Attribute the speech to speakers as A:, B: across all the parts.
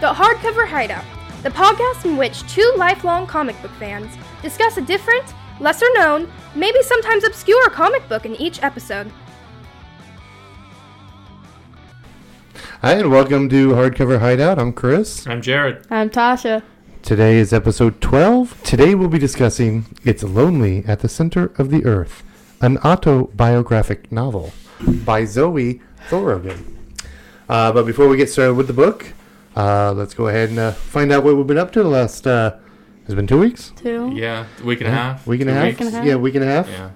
A: the Hardcover Hideout, the podcast in which two lifelong comic book fans discuss a different, lesser known, maybe sometimes obscure comic book in each episode.
B: Hi, and welcome to Hardcover Hideout. I'm Chris.
C: I'm Jared.
D: I'm Tasha.
B: Today is episode 12. Today we'll be discussing It's Lonely at the Center of the Earth, an autobiographic novel by Zoe Thorogood. Uh, but before we get started with the book, uh, let's go ahead and uh, find out what we've been up to the last, uh, it's been two weeks?
D: Too.
C: Yeah, week and a half.
B: Week and a
C: two
B: half?
C: weeks.
D: and a half.
B: Yeah, week and a half.
C: Yeah.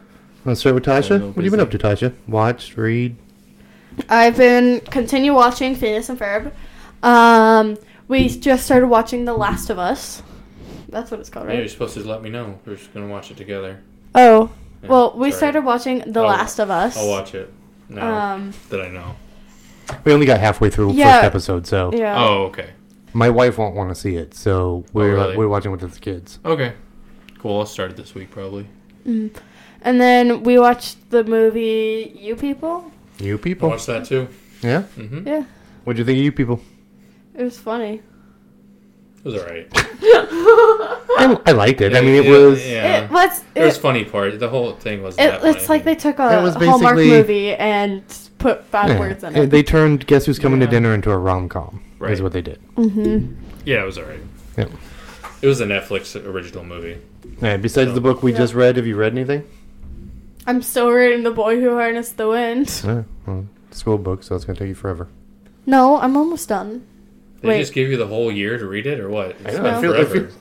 B: Let's start with
C: a
B: Tasha.
C: little
B: What have you been up to,
C: busy.
B: Tasha? Watch, read.
D: I've been continue watching Phineas and Ferb. Um, we just started watching The Last of Us. That's what it's called,
C: Yeah,
D: right?
C: you're supposed to let me know. We're just gonna watch it together.
D: Oh,
C: Yeah,
D: well, we
C: sorry.
D: started watching The
C: I'll-
D: Last of Us.
C: I'll watch it now
D: Um,
C: that I know.
B: We only got halfway through
D: Yeah.
B: first episode, so
D: yeah.
C: Oh, okay.
B: my wife won't want to see it, so we're,
C: Oh, really?
B: we're watching with the kids.
C: Okay. Cool. I'll start it this week probably.
D: And then we watched the movie You People.
B: You
C: I'll
B: people.
C: watch that too.
B: Yeah?
C: Mm-hmm.
D: Yeah,
B: What'd you think of you people?
D: it was funny.
C: It was alright.
B: I, I liked it. I mean, it
C: Yeah,
B: was.
C: Yeah.
D: It was.
C: There was
D: It,
C: funny part. The whole thing was.
D: it,
C: that funny.
D: it's like they took
B: It
D: a
B: was
D: Hallmark
B: basically-
D: movie and put bad
B: yeah.
D: words in
B: Uh,
D: it.
B: They turned "Guess Who's Coming
C: Yeah.
B: to Dinner" into a rom com.
C: Right.
B: Is what they did.
D: mm-hmm.
C: Yeah, it was alright.
B: Yeah.
C: It was a Netflix original movie.
B: And besides
C: So-
B: the book we
D: Yeah.
B: just read, have you read anything?
D: I'm still reading The Boy Who Harnessed the Wind.
B: No. Well, school book, so it's gonna take you forever.
D: No, I'm almost done.
C: They
D: Wait.
C: just give you the whole year to read it, or what? It's
B: know,
C: been
D: I
B: feel- I
C: forever.
B: feel-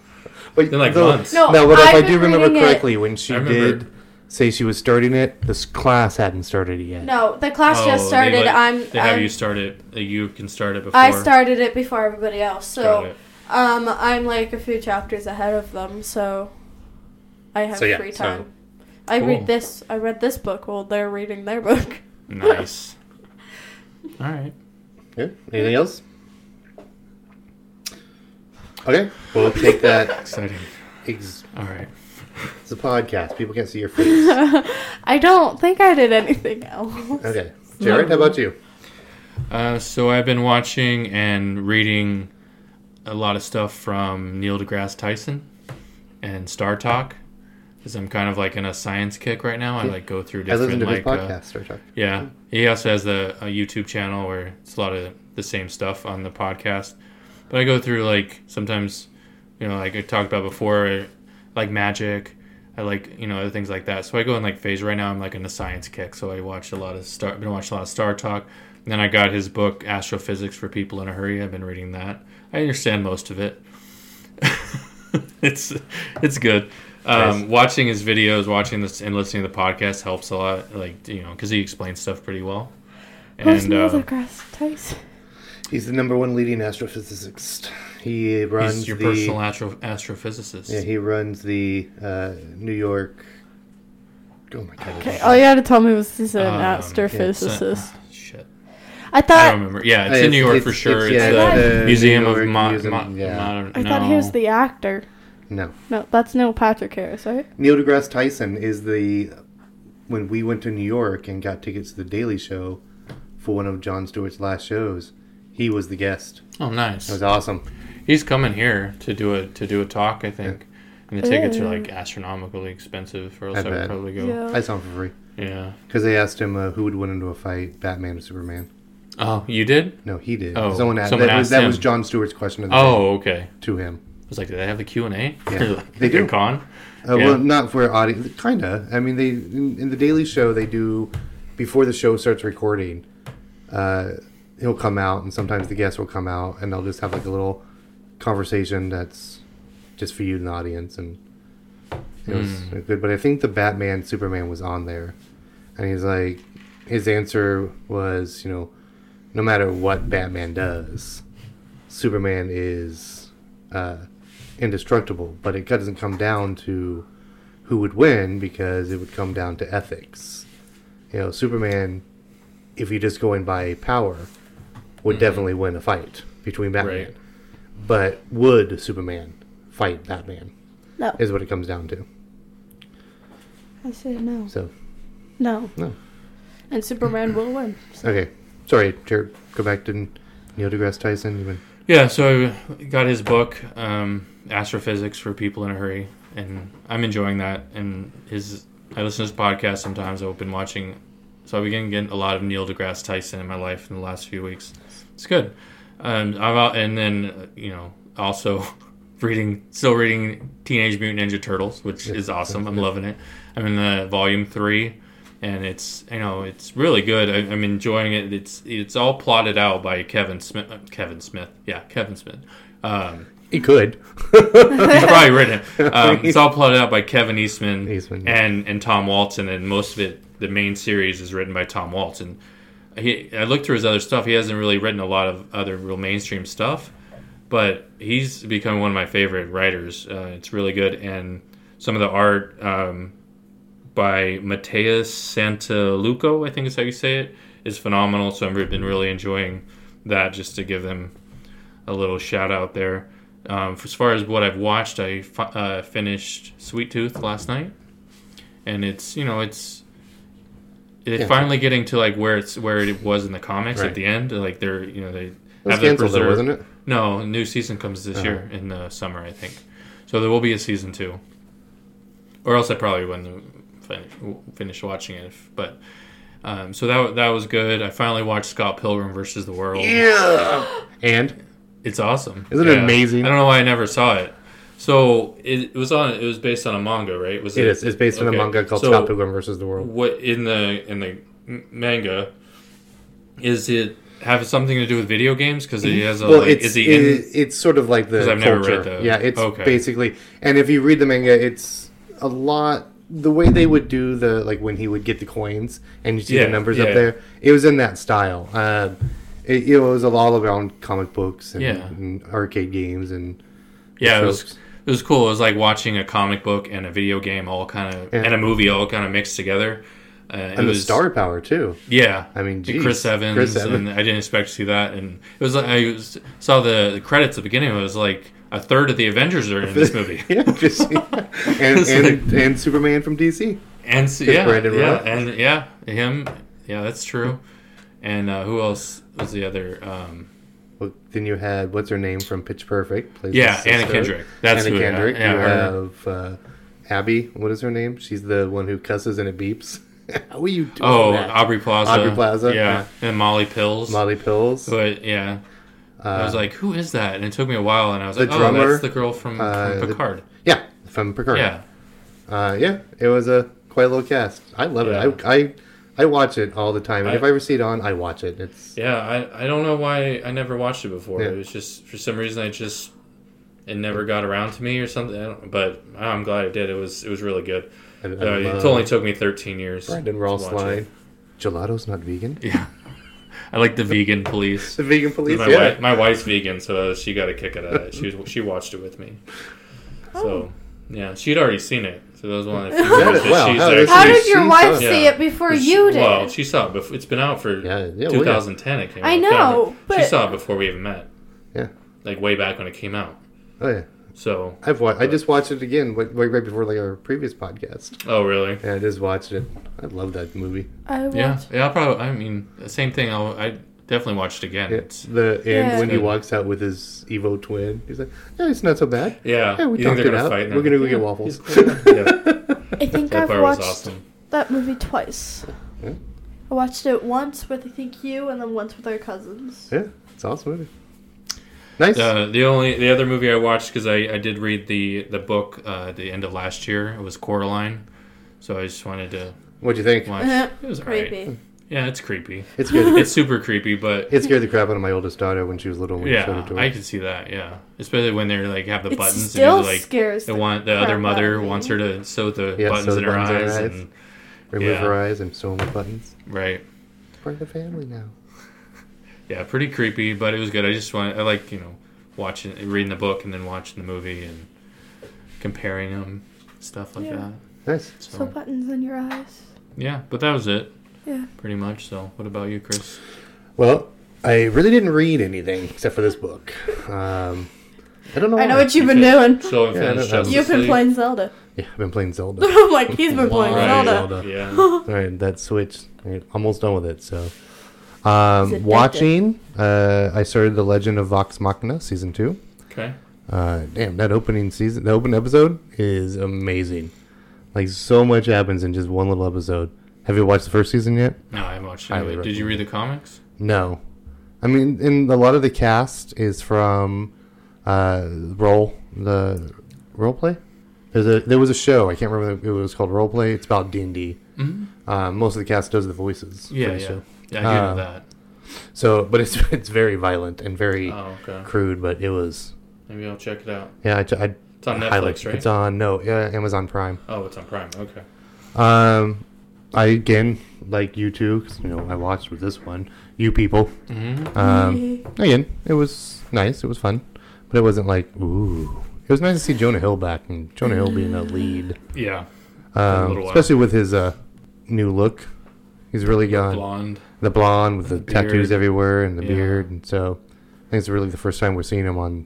B: But
C: Been like
B: though-
C: months.
D: No,
B: Now, what if
D: Oh, I've
B: I
D: been
B: do remember
D: reading it-
B: correctly, when she
C: I remember-
B: did say she was starting it, this class hadn't started it yet.
D: No, the class
C: Oh,
D: just started.
C: They, let-
D: I'm.
C: They have
D: I'm-
C: you start it. uh, You can start it before.
D: I started it before everybody else,
C: Got
D: so
C: it.
D: um, I'm like a few chapters ahead of them. So I have
C: So, yeah,
D: free
C: so-
D: time. I
C: Cool.
D: read this. I read this book while they're reading their book.
C: Nice. All right.
B: Yeah. Anything else? Okay, we'll take that.
C: Exciting.
B: Ex-
C: All right.
B: it's a podcast. People can't see your face.
D: I don't think I did anything else.
B: Okay, Jared, how about you?
C: Uh, so I've been watching and reading a lot of stuff from Neil deGrasse Tyson and Star Talk. Because I'm kind of like in a science kick right now. I like go through
B: I
C: different
B: listened to his
C: like uh,
B: podcast. Star Talk.
C: Yeah, he also has the a YouTube channel where it's a lot of the same stuff on the podcast. But I go through like sometimes, you know, like I talked about before, like magic. I like you know other things like that. So I go in like phase right now. I'm like in a science kick. So I watched a lot of star. Been watching a lot of Star Talk. And then I got his book Astrophysics for People in a Hurry. I've been reading that. I understand most of it. it's it's good. Um,
B: Nice.
C: Watching his videos, watching this, and listening to the podcast helps a lot. Like you know, because he explains stuff pretty well.
D: Where's
C: And uh,
D: grass Tyson?
B: He's the number one leading astrophysicist. He runs
C: he's your
B: the
C: personal astro- astrophysicist.
B: yeah, he runs the uh, New York. Oh my god!
D: Okay, all you had to tell me was he's an
C: Um,
D: astrophysicist.
C: Shit,
D: I
C: I don't
D: thought
C: remember. Yeah, it's
B: It's-
C: in New York
B: it's-
C: for sure.
B: it's-
C: It's,
B: yeah,
C: the,
B: it's the
C: Museum
B: New
C: of
B: York
C: Mo-
B: Museum,
C: Mo-
B: yeah.
C: Modern.
D: I thought he was the actor.
B: No,
D: No, that's Neil Patrick Harris, right?
B: Neil deGrasse Tyson is the when we went to New York and got tickets to the Daily Show for one of Jon Stewart's last shows. He was the guest.
C: Oh,
B: It
C: nice.
B: was awesome.
C: He's coming here to do a to do a talk. I think. And the tickets are
D: Ooh.
C: like astronomically expensive, or else
B: I
C: I, would
B: bet.
C: probably go.
B: I saw him for free
C: Yeah.
B: because they asked him uh, who would win into a fight, Batman or Superman.
C: Oh, you did?
B: No, he did.
C: Oh,
B: someone asked.
C: someone
B: that was,
C: asked
B: that
C: him.
B: was John Stewart's question of the day
C: Oh, okay.
B: to him.
C: I was like, do they have the Q and A?
B: Yeah, they do.
C: Con.
B: Uh,
C: Yeah.
B: Well, not for audio. Kinda. I mean, they in, in the Daily Show they do before the show starts recording. Uh, he'll come out, and sometimes the guest will come out, and they'll just have like a little conversation that's just for you and the audience, and it was good. But I think the Batman Superman was on there, and he's like, his answer was, you know, no matter what Batman does, Superman is uh, indestructible, but it doesn't come down to who would win because it would come down to ethics. You know, Superman, if you're just going by power, would definitely win a fight between Batman.
C: Mm-hmm. Right.
B: But would Superman fight Batman?
D: No.
B: Is what it comes down to.
D: I said no.
B: So,
D: No.
B: No.
D: And Superman will win.
B: okay. Sorry, Jared, go back to Neil deGrasse Tyson. You've been
C: Yeah, so I got his book, um, Astrophysics for People in a Hurry, and I'm enjoying that. And his, I listen to his podcast sometimes. I've been watching, so I began getting a lot of Neil deGrasse Tyson in my life in the last few weeks. It's good. Um, I'm out, and then uh, you know, also reading, still reading Teenage Mutant Ninja Turtles, which is awesome. I'm loving it. I'm in the volume three, and it's you know, it's really good. I, I'm enjoying it. It's it's all plotted out by Kevin Smith. uh, Kevin Smith, yeah, Kevin Smith. Um,
B: He could.
C: he's probably written it. Um, it's all plotted out by Kevin Eastman,
B: Eastman, yeah.
C: and and Tom Walton, and most of it, the main series, is written by Tom Walton. He, I looked through his other stuff. He hasn't really written a lot of other real mainstream stuff, but he's become one of my favorite writers. Uh, it's really good, and some of the art um, by Mateus Santaluco, I think is how you say it, is phenomenal. So I've been really enjoying that. Just to give them a little shout out there. Um, as far as what I've watched, I fi- uh, finished Sweet Tooth last night, and it's you know it's it's
B: Yeah.
C: finally getting to like where it's where it was in the comics
B: Right.
C: at the end. Like they're you know they
B: It was
C: their
B: canceled, though,
C: preserve-
B: wasn't it? Uh-huh.
C: No, a new season comes this year in the summer, I think. So there will be a season two, or else I probably wouldn't fin- finish watching it. If, but um, so that that was good. I finally watched Scott Pilgrim versus the World.
B: Yeah. And
C: It's awesome.
B: Isn't it amazing?
C: I don't know why I never saw it. So it, it was on. It was based on a manga, right? Was
B: it is. It's based on
C: okay.
B: a manga called
C: So
B: Scott Pilgrim versus the World.
C: What in the in the m- manga is it have something to do with video games? Because he has a.
B: Well,
C: like,
B: it's
C: is he in?
B: it- it's sort of like the
C: 'Cause I've never
B: culture.
C: read those.
B: Yeah, it's
C: Okay.
B: basically. And if you read the manga, it's a lot. The way they would do the like when he would get the coins and you see
C: Yeah,
B: the numbers
C: yeah.
B: up there, it was in that style. Um, it, it was all around comic books and,
C: Yeah.
B: and arcade games and
C: yeah, it was,
B: jokes.
C: it was cool. It was like watching a comic book and a video game all kind of
B: Yeah.
C: and a movie all kind of mixed together. Uh, it
B: and the
C: was,
B: star power too.
C: Yeah,
B: I mean,
C: And
B: geez,
C: Chris Evans,
B: Chris Evans.
C: and I didn't expect to see that. And it was like I was, saw the, the credits at the beginning. It was like a third of the Avengers are in this movie,
B: yeah, just, and
C: It's
B: and, and Superman from DC.
C: and so, yeah,
B: Brandon
C: yeah,
B: Roth.
C: and yeah, him, yeah, that's true. And uh, who else was the other? Um,
B: Well, then you had what's her name from Pitch Perfect? Plays
C: Yeah,
B: his
C: Anna
B: sister.
C: Kendrick. That's
B: Anna
C: who it-
B: Kendrick.
C: yeah,
B: you
C: her.
B: have uh, Abby. What is her name? She's the one who cusses and it beeps. How are you doing?
C: oh,
B: that?
C: Aubrey Plaza,
B: Aubrey Plaza,
C: yeah, and Molly Pills.
B: Molly Pills. Uh,
C: But yeah, I was like, who is that? And it took me a while, and I was
B: The
C: like, oh,
B: drummer,
C: that's the girl from,
B: uh, the-
C: from Picard.
B: yeah, from Picard.
C: yeah,
B: uh, yeah. It was a quite a little cast. I love it. I, I I watch it all the time. And
C: I-
B: if I ever see it on, I watch it. It's
C: Yeah, I, I don't know why I never watched it before.
B: Yeah.
C: It was just for some reason I just it never got around to me or something. I don't, but I'm glad it did. It was it was really good.
B: I, I
C: Uh, it
B: love
C: only took me 13 years.
B: Brandon
C: to
B: Ross
C: watch
B: line.
C: it.
B: Gelato's not vegan.
C: Yeah, I like the vegan police.
B: The vegan police.
C: My,
B: yeah.
C: wife, my wife's vegan, so she got a kick out of it. She was, she watched it with me.
D: Oh.
C: So yeah, she'd already seen it. So that was one of the few
B: Yeah,
C: years that
B: well,
C: she's
B: how
C: actually.
B: does
D: How
B: She-
D: did your
B: she
D: wife
B: saw-
D: see
C: Yeah.
D: it before you did?
C: Well, she saw it before. It's been out for
B: Yeah, yeah, well, yeah.
C: 2010. It came
D: I
C: out.
D: know,
C: she
D: but-
C: saw it before we even met.
B: Yeah.
C: like way back when it came out.
B: Oh yeah.
C: So,
B: I've watched. I just watched it again, like like right before like our previous podcast.
C: oh really?
B: Yeah, I just watched it. I love that movie.
D: I watched.
C: Yeah, yeah. I'll probably. I mean, the same thing. I'll, I definitely watched again.
B: It's
C: It's
B: the and
D: Yeah.
B: when he
C: Good.
B: walks out with his Evo twin, he's like, "Yeah, it's not so bad.
C: yeah.
B: Yeah, we
C: you think
B: talked
C: they're
B: it
C: gonna
B: out.
C: fight now?
B: We're gonna go
C: Yeah.
B: get waffles."
C: yeah,
D: I think
C: that
D: I've
C: part was
D: watched
C: awesome.
D: that movie twice.
B: Yeah.
D: I watched it once with I think you, and then once with our cousins.
B: yeah, it's an awesome movie. Nice.
C: Uh, the only the other movie I watched because I, I did read the the book uh, at the end of last year. It was Coraline, so I just wanted to
B: What'd you think?
C: watch. It was alright.
D: Creepy.
C: Yeah, it's creepy.
B: It's good.
C: It's super creepy, but
B: it scared the crap out of my oldest daughter when she was little. When we showed
C: yeah,
B: it to her.
C: I could see that. Yeah, especially when they're like have the
D: It
C: buttons
D: still
C: and you, like
D: scares
C: the
D: the
C: one the
D: crap out
C: other
D: of
C: mother
D: me.
C: wants her to sew the
B: Yeah,
C: buttons
B: sew the
C: in her
B: buttons in her
C: eyes,
B: eyes.
C: and
B: Remove
C: yeah.
B: her eyes. I'm sewing my buttons.
C: right.
B: Part of the family now.
C: Yeah, pretty creepy, but it was good. I just want I like you know watching reading the book and then watching the movie and comparing them stuff like
D: Yeah.
C: that.
B: Nice.
C: So,
D: So buttons in your eyes.
C: yeah, but that was it.
D: Yeah.
C: pretty much. So what about you, Chris?
B: Well, I really didn't read anything except for this book. Um, I don't know.
D: I know
B: why.
D: what you've been doing.
C: So
B: Yeah, I don't
C: unfinished.
B: know.
C: Justice
D: You've been
C: League.
D: playing Zelda.
B: Yeah, I've been playing Zelda.
D: I'm like he's been playing
B: Why?
D: Zelda.
B: Zelda.
C: Yeah,
B: All right, that Switch, I'm almost done with it. So, Um,
D: addictive.
B: watching, uh, I started The Legend of Vox Machina season two.
C: Okay.
B: Uh, damn, that opening season, the opening episode is amazing. Like so much happens in just one little episode. Have you watched the first season yet?
C: No, I haven't watched
B: Highly
C: it. Did you read the comics?
B: No, I mean, and a lot of the cast is from uh, role the role play. There's a there was a show I can't remember it was called role play. It's about D and D.
D: Mm-hmm.
B: Uh, Most of the cast does the voices. for
C: Yeah,
B: the
C: yeah.
B: show.
C: Yeah, I do
B: Uh,
C: know that.
B: So, but it's it's very violent and very
C: Oh, okay.
B: crude. But it was
C: Maybe I'll check it out.
B: yeah. I, I
C: It's on Netflix,
B: highlight-
C: right?
B: It's on no yeah, Amazon Prime.
C: oh, it's on Prime. Okay.
B: Um, I again like you two 'cause, you know I watched with this one. You people.
C: Mm-hmm.
B: Um, again, it was nice. It was fun, but it wasn't like ooh. It was nice to see Jonah Hill back and Jonah Hill being a lead,
C: Yeah. a
B: um,
C: little while.
B: especially with his uh, new look. He's really gone
C: Blonde.
B: the blonde with the,
C: beard.
B: tattoos everywhere and the
C: Yeah.
B: beard, and so I think it's really the first time we're seeing him on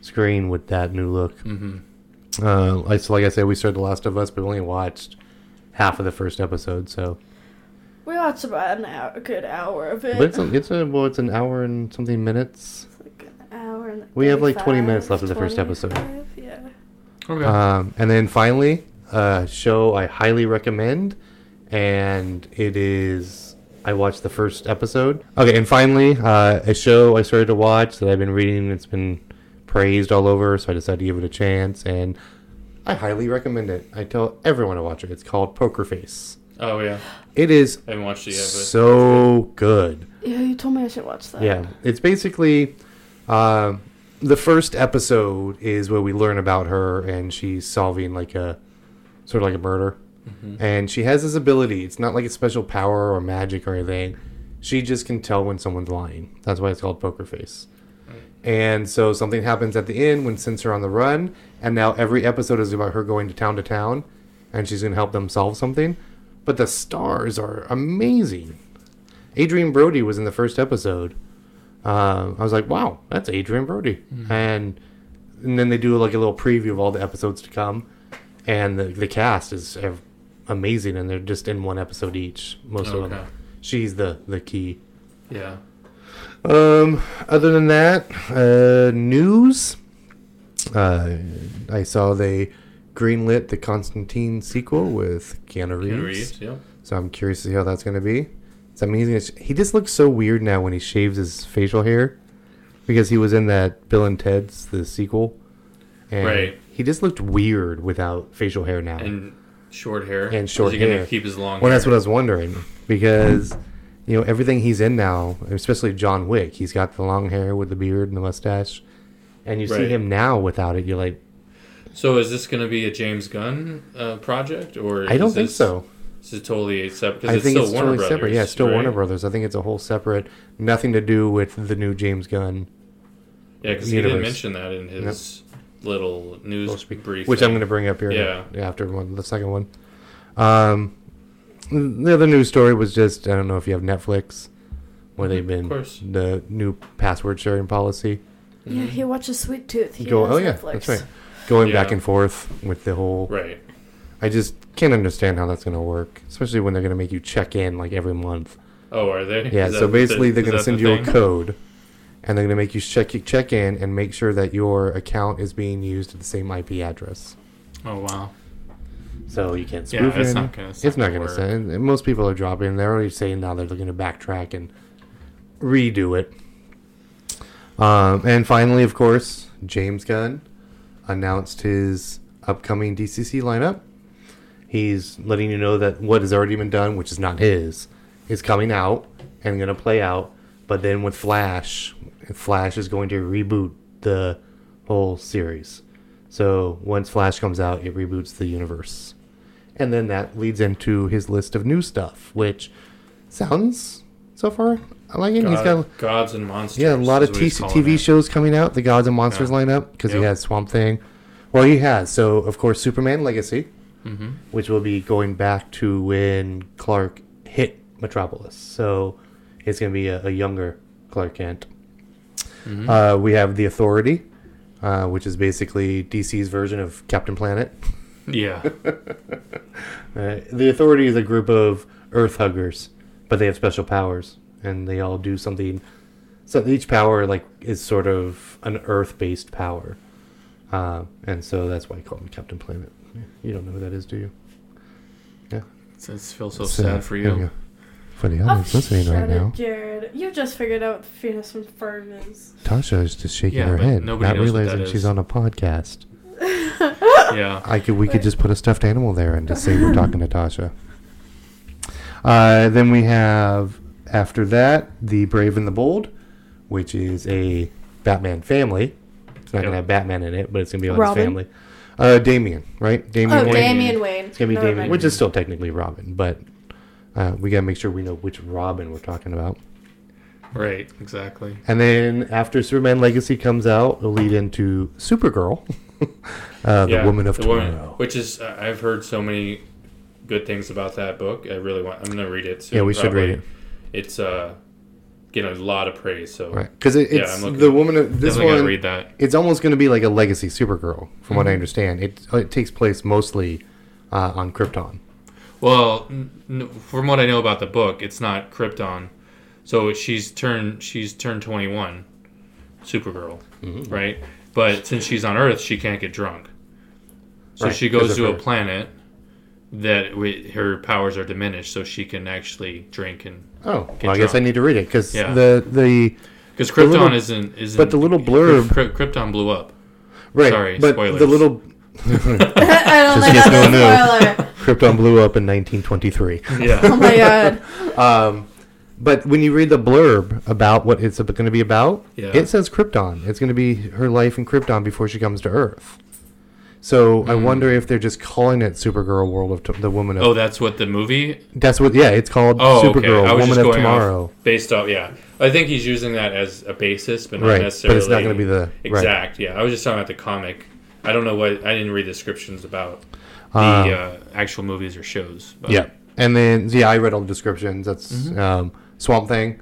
B: screen with that new look.
C: Mm-hmm.
B: Uh, I- so like I said, we started The Last of Us, but we only watched half of the first episode, so
D: We watched about an hour, a good hour of it.
B: but it's a, it's a well, it's an hour and something minutes.
D: like an hour and
B: We have, like, 20 minutes
D: 35,
B: left of the first episode.
D: 25, Yeah.
C: Okay.
B: Um, and then finally, a show I highly recommend, and it is I watched the first episode. Okay, and finally, uh, a show I started to watch that I've been reading. It's been praised all over, so I decided to give it a chance, and I highly recommend it. I tell everyone to watch it. It's called Poker Face.
C: oh, yeah.
B: It is
C: I haven't watched it yet, but
B: so good.
D: Yeah, you told me I should watch that.
B: Yeah, it's basically uh, the first episode is where we learn about her and she's solving like a sort of like a murder, and she has this ability. It's not like a special power or magic or anything. She just can tell when someone's lying. That's why it's called poker face. And so something happens at the end when sends her on the run, and now every episode is about her going to town to town, and she's going to help them solve something. But the stars are amazing. Adrian Brody was in the first episode. Um, I was like, wow, that's Adrian Brody. And and then they do like a little preview of all the episodes to come, and the the cast is ev- amazing, and they're just in one episode each, most of
C: Okay.
B: them. She's the the key.
C: yeah.
B: Um, other than that, uh, news. Uh, I saw they greenlit the Constantine sequel with Keanu Reeves.
C: Keanu Reeves, yeah.
B: So I'm curious to see how that's going to be. It's amazing. It's, he just looks so weird now when he shaves his facial hair because he was in that Bill and Ted's, the sequel. And
C: Right.
B: He just looked weird without facial hair now.
C: And short hair.
B: And short
C: Is he
B: hair.
C: to keep his long
B: Well,
C: hair?
B: that's what I was wondering because you know everything he's in now, especially John Wick. He's got the long hair with the beard and the mustache, and you see
C: Right.
B: him now without it. You're like,
C: So is this going to be a James Gunn uh, project, or
B: I don't
C: is
B: think
C: this-
B: so.
C: This is totally a separate. Because
B: I
C: it's
B: think
C: still
B: it's
C: Warner
B: totally
C: Brothers.
B: separate. Yeah, it's still
C: right?
B: Warner Brothers. I think it's a whole separate, nothing to do with the new James Gunn,
C: Yeah, because he didn't
B: Universe.
C: mention that in his little news brief.
B: which I'm going to bring up here
C: Yeah.
B: after one, the second one. Um, the other news story was just I don't know if you have Netflix, where they've been
C: course.
B: the new password sharing policy.
D: Yeah, he watches Sweet Tooth. He
B: go
D: has
B: oh yeah
D: Netflix.
B: that's right going back
C: Yeah.
B: and forth with the whole
C: Right.
B: i just can't understand how that's going to work especially when they're going to make you check in like every month
C: Oh, are they?
B: yeah
C: Is
B: so
C: that-
B: basically
C: is
B: they're going to
C: that
B: send
C: the
B: you
C: thing?
B: a code and they're going to make you check check in and make sure that your account is being used at the same ip address
C: Oh wow.
B: so you can't
C: Yeah,
B: spoof
C: it's
B: in.
C: not gonna- it's
B: it's
C: not
B: not going to
C: gonna
B: say. and Most people are dropping. They're already saying now they're going to backtrack and redo it. Um, and finally, of course, James Gunn announced his upcoming DCC lineup. He's letting you know that what has already been done, which is not his, is coming out and going to play out. But then with Flash, Flash is going to reboot the whole series. So once Flash comes out, it reboots the universe. And then that leads into his list of new stuff, which sounds so far I like it. He's
C: God-
B: got
C: gods and monsters.
B: yeah a lot
C: is
B: of
C: what
B: t-
C: he's calling
B: TV
C: it.
B: shows coming out. The Gods and Monsters
C: Yeah.
B: lineup because he
C: Yep.
B: has Swamp Thing. Well, he has so of course Superman Legacy,
C: Mm-hmm.
B: which will be going back to when Clark hit Metropolis. So it's going to be a, a younger Clark Kent. Uh, we have the Authority, uh, which is basically DC's version of Captain Planet.
C: Yeah.
B: Uh, the Authority is a group of Earth huggers, but they have special powers. and they all do something. So each power like is sort of an Earth-based power, uh, and so that's why I call him Captain Planet. You don't know who that is, do you?
C: It's, it feels so sad for
B: there we
C: you.
B: go. For the audience listening right
D: Oh, shut it,
B: now,
D: Jared. You just figured out what Venus and Ferb is.
B: Tasha is just shaking
C: Yeah,
B: her
C: but
B: head, not
C: nobody knows what that
B: realizing
C: is.
B: she's on a podcast.
C: Yeah.
B: I could we could just put a stuffed animal there and just say we're talking to Tasha. Uh, then we have after that the Brave and the Bold, which is a Batman family. It's not
C: Yep.
B: gonna have Batman in it, but it's gonna be about
D: Robin?
B: his family. Uh, Damien, right? Damien.
D: Oh,
B: Wayne.
D: Damian Wayne.
B: It's gonna be
D: No,
B: Damien,
D: right.
B: which is still technically Robin, but uh, we gotta make sure we know which Robin we're talking about.
C: Right. Exactly.
B: And then after Superman Legacy comes out, it'll lead into Supergirl, uh, the
C: Yeah,
B: Woman of
C: The
B: Tomorrow.
C: which is uh, I've heard so many good things about that book. I really want. I'm gonna read it. Soon,
B: Yeah, we should read
C: probably. It's uh, getting a lot of praise. So
B: Right, because it,
C: Yeah,
B: it's
C: I'm looking-
B: the woman. Of, this
C: definitely
B: one,
C: gotta read Mm-hmm. that.
B: it's almost going to be like a legacy Supergirl, from what I understand. It uh, it takes place mostly uh, on Krypton.
C: Well, n- n- from what I know about the book, it's not Krypton. So she's turned she's turned 21, Supergirl,
B: Mm-hmm.
C: right? But since she's on Earth, she can't get drunk. So
B: Right,
C: she
B: 'cause
C: goes
B: of
C: to a
B: her-
C: planet that wi- her powers are diminished, so she can actually drink and
B: Oh,
C: Get
B: well, I guess
C: drunk.
B: I need to read it because
C: Yeah.
B: the the
C: because
B: The
C: Krypton
B: little-
C: isn't isn't.
B: but the little blurb-
C: Kry- Krypton blew up.
B: right,
C: Sorry,
B: but
C: spoilers.
B: the little
D: I don't
B: Just
D: like
B: in case no
D: that spoiler.
B: Krypton blew up in 1923.
D: Oh
C: Yeah,
D: my god.
B: But when you read the blurb about what it's going to be about,
C: Yeah.
B: it says Krypton. It's going to be her life in Krypton before she comes to Earth. So I wonder if they're just calling it Supergirl World of T- the Woman of
C: Mm-hmm. oh, that's what the movie.
B: That's what, yeah, it's called
C: Oh,
B: Supergirl,
C: okay. I
B: Woman
C: was just
B: of
C: going off
B: Tomorrow.
C: based off. Yeah, I think he's using that as a basis, but not
B: Right, but it's not
C: necessarily.
B: gonna be the- right.
C: exact. Yeah, I was just talking about the comic. I don't know what I didn't read the descriptions about the
B: Um,
C: uh, actual movies or shows. But Mm-hmm.
B: Yeah, and then yeah, I read all the descriptions. That's um, Swamp Thing,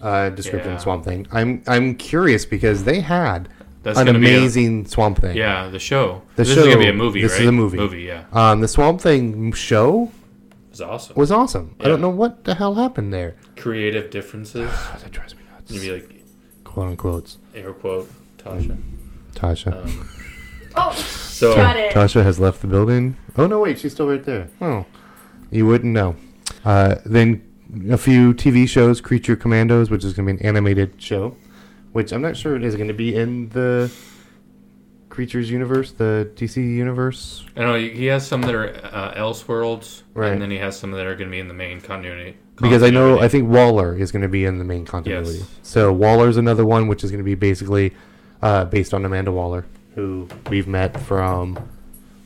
B: uh, description
C: Yeah.
B: Swamp Thing. I'm I'm curious because they had
C: That's
B: an
C: gonna be a-
B: amazing Swamp Thing.
C: yeah, the show.
B: The
C: this
B: show-
C: is gonna be a movie.
B: this is
C: right?
B: a movie.
C: Movie, yeah,
B: Um, the Swamp Thing show
C: it's awesome.
B: was awesome. I
C: Yeah.
B: don't know what the hell happened there.
C: Creative differences.
B: God, that drives me nuts.
C: You'd be like
B: Quote unquote,
C: air quote Tasha.
B: Tasha.
C: Um,
D: Oh,
C: so
D: Got it.
B: Tasha has left the building. Oh no, wait, she's still right there. Oh, you wouldn't know. Uh, then a few TV shows, Creature Commandos, which is going to be an animated show, which I'm not sure it is going to be in the Creatures universe, the DC universe.
C: I know he has some that are uh, Elseworlds,
B: Right.
C: and then he has some that are going to be in the main continuity.
B: Because I know, I
C: continuity.
B: think Waller is going to be in the main continuity.
C: Yes.
B: So Waller's another one, which is going to be basically uh, based on Amanda Waller, who we've met from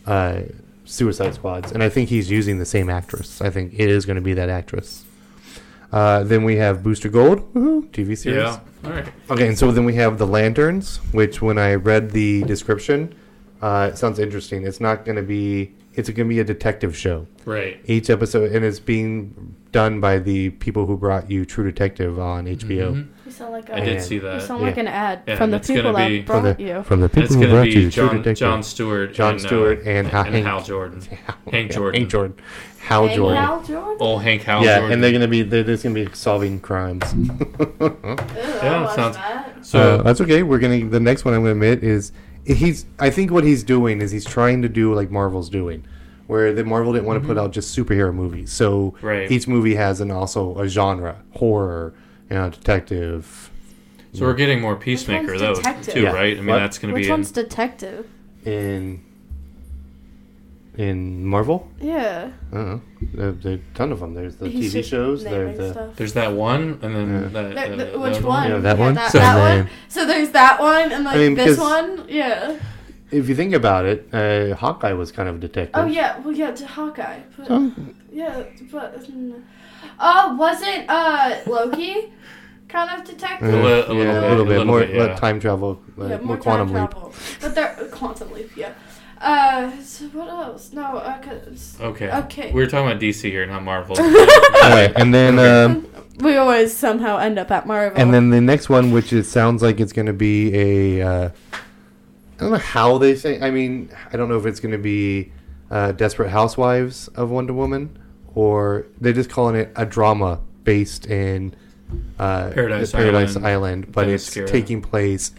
B: uh, Suicide Squads, and I think he's using the same actress. I think it is going to be that actress. Uh, then we have Booster Gold, woohoo, TV series.
C: yeah. All right.
B: Okay, and so then we have the lanterns, which when I read the description, uh, it sounds interesting. It's not going to be. It's going to be a detective show
C: Right.
B: each episode, and it's being done by the people who brought you True Detective on HBO.
C: Mhm.
D: You sound like
C: I
D: a.
C: did
B: And-
C: see
D: You
C: that.
D: sound
B: Yeah.
D: like an ad
C: Yeah,
D: from the
C: that's gonna
D: people that
C: be-
B: From
D: brought
B: the,
D: you.
B: from the
C: It's
B: people who
C: going to
B: brought
C: be
B: you True
C: John,
B: Detective.
C: John Stewart.
B: John
C: uh,
B: Stewart and Hal-
C: and Hal Jordan. Hank Jordan.
B: Hank Jordan. Hal
D: Hey,
B: Jordan.
D: Hal Jordan?
C: Old Hank Hal
B: yeah,
C: Jordan.
B: and they're gonna be they're just gonna be solving crimes. Oh.
D: Ew, I
C: Yeah,
D: watched
C: sounds-
D: that.
B: So
C: so
B: that's okay. We're gonna the next one I'm gonna admit is he's I think what he's doing is he's trying to do like Marvel's doing. Where the Marvel didn't want to put out just superhero movies, so
C: Mm-hmm. Right.
B: each movie has an also a genre, horror, you know, detective.
C: so we're getting more
D: Which
C: Peacemaker though
D: one's Detective?
C: too,
B: Yeah.
C: right? I mean
B: What?
C: that's going to
D: Which
C: be
D: one's
C: in,
D: detective?
B: in in Marvel.
D: Yeah.
B: I don't know. There, there are a ton of them. There's the
D: He's
B: TV
D: just
B: shows. There
D: naming
B: the
D: stuff.
C: there's that one and then that,
D: There-
C: uh,
D: th-
C: that
D: which one?
B: Yeah, that one.
D: That,
B: So-
D: that
B: And
D: one. So there's that one and like
B: I mean,
D: this
B: because-
D: one. Yeah.
B: if you think about it, uh, Hawkeye was kind of a detective.
D: Oh yeah. Well yeah, to Hawkeye. But,
B: So,
D: Yeah, but mm. uh, wasn't uh Loki kind of detective?
C: li- a little
B: yeah,
C: bit,
B: a little
C: a
B: bit
C: little
B: more
C: bit, yeah.
B: like time travel, like,
D: yeah,
B: more, quantum leap.
D: travel. But they're quantum leap. Yeah. Uh, so what else? No. Uh, 'cause-
C: Okay.
D: Okay.
C: We were talking about DC here, not Marvel.
B: All right, and then um,
D: we always somehow end up at Marvel.
B: and then the next one, which it sounds like it's going to be a. Uh, I don't know how they say. I mean, I don't know if it's going to be uh, Desperate Housewives of Wonder Woman, or they're just calling it a drama based in uh,
C: Paradise
B: Paradise
C: Island,
B: Island, but it's
C: Themyscira.
B: taking place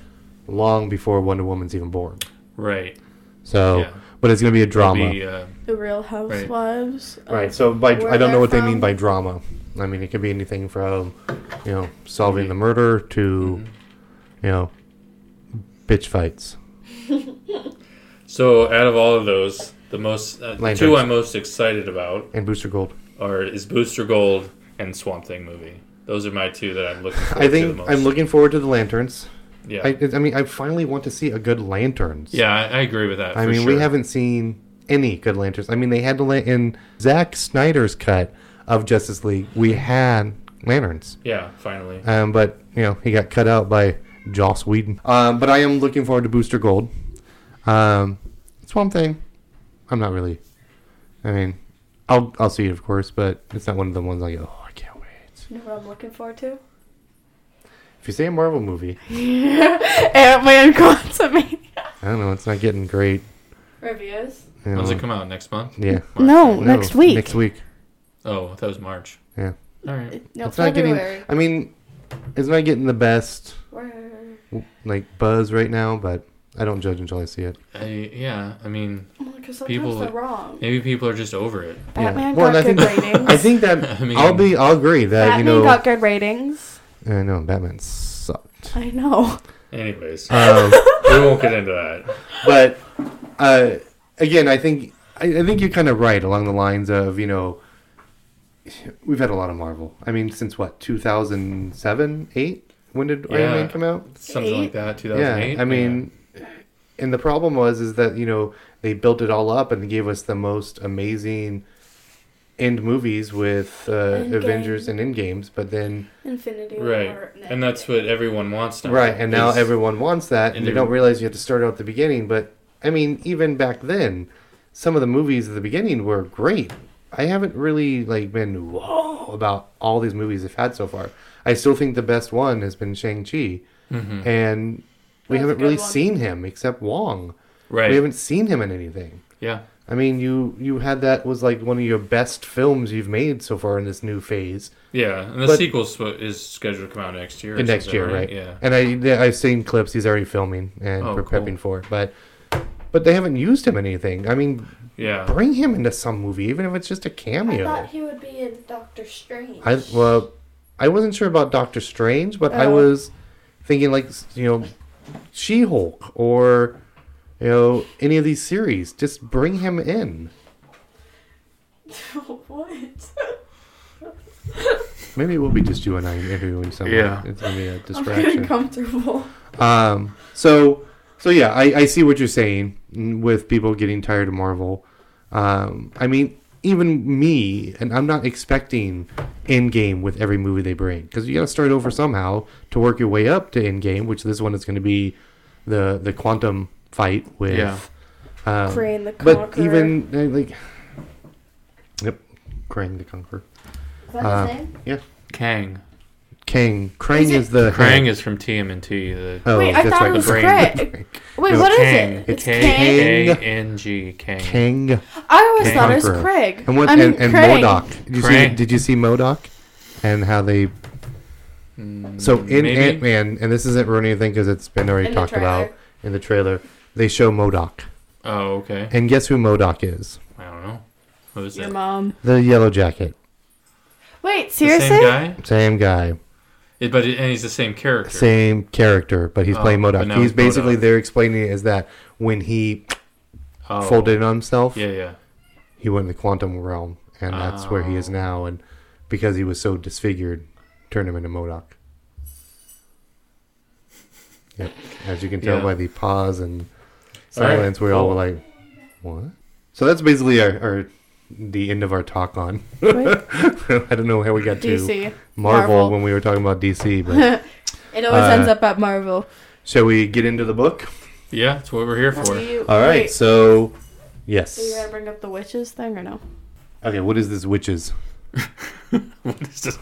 B: long before Wonder Woman's even born.
C: Right.
B: So,
C: Yeah.
B: but it's going to be a drama,
C: Be, uh,
D: The Real Housewives. of
B: right? So, by
D: where
B: I don't know
D: they're
B: what they
D: from.
B: mean by drama. I mean, it could be anything from, you know, solving the murder to,
C: Mm-hmm.
B: you know, bitch fights.
C: so out of all of those, the most uh, the two
B: Lanterns.
C: I'm most excited about
B: And Booster Gold.
C: are is Booster Gold and Swamp Thing movie. Those are my two that I'm looking. Forward
B: I
C: to the
B: think
C: most.
B: I'm looking forward to the lanterns.
C: Yeah.
B: I, I mean, I finally want to see a good lanterns.
C: yeah, I, I agree with that.
B: I
C: for
B: mean, we
C: sure.
B: haven't seen any good lanterns. I mean, they had to la- in Zack Snyder's cut of Justice League. We had lanterns,
C: Yeah, finally.
B: um, but you know he got cut out by Joss Whedon. Um, but I am looking forward to Booster Gold. Um, it's one thing. I'm not really. I mean, I'll I'll see it of course, but it's not one of the ones I go. Oh, I can't wait.
D: You know what I'm looking forward to?
B: If you say a Marvel movie,
D: Ant Man Quantumania.
B: I don't know. It's not getting great.
D: Reviews.
B: you
C: When's it
B: know.
C: come out? Next month?
B: Yeah.
D: No,
B: No,
D: next week.
B: Next week.
C: Oh, that was March.
B: Yeah.
C: All right.
D: No,
B: it's not getting.
D: February.
B: I mean, it's not getting the best
D: Word.
B: like buzz right now, but I don't judge until I see it.
C: I, yeah, I mean,
D: Well, 'cause sometimes
C: People-
D: they're wrong.
C: maybe people are just over it.
D: Batman
B: Well,
D: got
B: and
D: good
B: I think-
D: ratings.
B: I think that
C: I
B: I
C: mean-
B: will be. I'll agree that
D: Batman
B: you know.
D: got good ratings.
B: I know Uh, Batman sucked,
D: I know.
C: Anyways,
B: um,
C: we won't get into that.
B: but uh, again, I think I, I think you're kind of right along the lines of you know. We've had a lot of Marvel. I mean, since what 2007, eight? When did
C: Yeah.
B: Iron Man come out?
C: Something like that. 2008.
B: Yeah, I mean, and the problem was is that you know they built it all up and gave us the most amazing end movies with uh,
D: Endgame.
B: Avengers and End Games, but then
D: Infinity
C: Yeah. right,
D: War.
C: and that's what everyone wants now.
B: right, and now
C: is-
B: everyone wants that,
C: and
B: and they
C: they-
B: don't realize you have to start out at the beginning. But I mean, even back then, some of the movies at the beginning were great. I haven't really like been whoa about all these movies I've had so far. I still think the best one has been Shang Chi, and we
D: That's a
B: haven't
D: good
B: really
D: one.
B: seen him except Wong.
C: right.
B: We haven't seen him in anything.
C: yeah,
B: I mean, you you had that was like one of your best films you've made so far in this new phase.
C: yeah, and the
B: But-
C: sequel spo- is scheduled to come out next year. or
B: In next
C: something,
B: year, right?
C: Yeah,
B: And I yeah, I've seen clips he's already filming and
C: Oh,
B: we're
C: cool.
B: prepping for, but but they haven't used him in anything. I mean,
C: yeah.
B: bring him into some movie, even if it's just a
D: I
B: cameo.
D: thought he would be in Doctor Strange.
B: I well, I wasn't sure about Doctor Strange, but I
D: Oh.
B: was thinking like s- you know, She Hulk or you know any of these series. Just bring him in.
D: what?
B: Maybe it will be just you and I interviewing someone.
C: Yeah.
B: It's gonna be a
D: I'm getting
B: distraction.
D: comfortable.
B: Um so so yeah, I, I see what you're saying mm, with people getting tired of Marvel. Um I mean even me and I'm not expecting Endgame with every movie they bring because you got to start over somehow to work your way up to Endgame, which this one is going to be the the quantum fight with
C: Yeah.
B: um,
D: Crane the
B: but
D: Conqueror.
B: even uh, like yep, Krang the Conqueror,
D: Is that
B: uh,
D: his name?
B: yeah,
C: Kang.
B: Kang Krang is,
D: Is it-
B: the
C: Krang is from TMNT. The
B: Oh,
D: Wait, I
B: that's
D: thought
B: right.
D: it was
B: Krang.
D: Krang.
B: It
D: Wait,
B: was
D: what is
C: Kang.
D: it?
C: It's
D: It's
C: K
D: Kang.
C: A N G. Kang.
B: Kang.
D: I always
C: Kang.
D: thought it was
B: Conqueror.
D: Craig.
B: And what?
D: I mean,
B: and and
D: Krang.
B: Modoc. Did you see?
C: Krang.
B: Did you see Modoc? And how they? So in
C: maybe.
B: Ant Man, and this isn't ruining anything because it's been already
D: In the
B: talked
D: trailer.
B: about in the trailer. They show Modoc,
C: Oh, okay.
B: and guess who Modoc is?
C: I don't know. What is
D: Your
C: it?
D: mom.
B: The Yellow Jacket,
D: Wait,
C: The
D: seriously?
C: same guy,
B: same guy,
C: It- but it, and he's the same character.
B: same character, but he's
C: Oh,
B: playing
C: but
B: Modoc.
C: now
B: He's
C: it's
B: basically
C: MODOK.
B: they're explaining it as that when he
C: Oh,
B: folded in on himself,
C: Yeah, yeah.
B: he went in the quantum realm, and that's where he is now. And because he was so disfigured, turned him into Modoc. Yep, as you can tell
C: Yeah.
B: by the pause and
C: All right,
B: silence, we all
C: cool.
B: were like, "What?" So that's basically our, our the end of our talk on. I don't know how we got to
D: DC.
B: Marvel,
D: Marvel.
B: when we were talking about DC, but
D: It always
B: Uh,
D: ends up at Marvel.
B: shall we get into the book?
C: Yeah, that's what we're here for.
B: All right,
D: Wait,
B: so
D: so you
B: yes,
D: gonna bring up the witches thing or no?
B: okay. What is this witches?
C: What is this?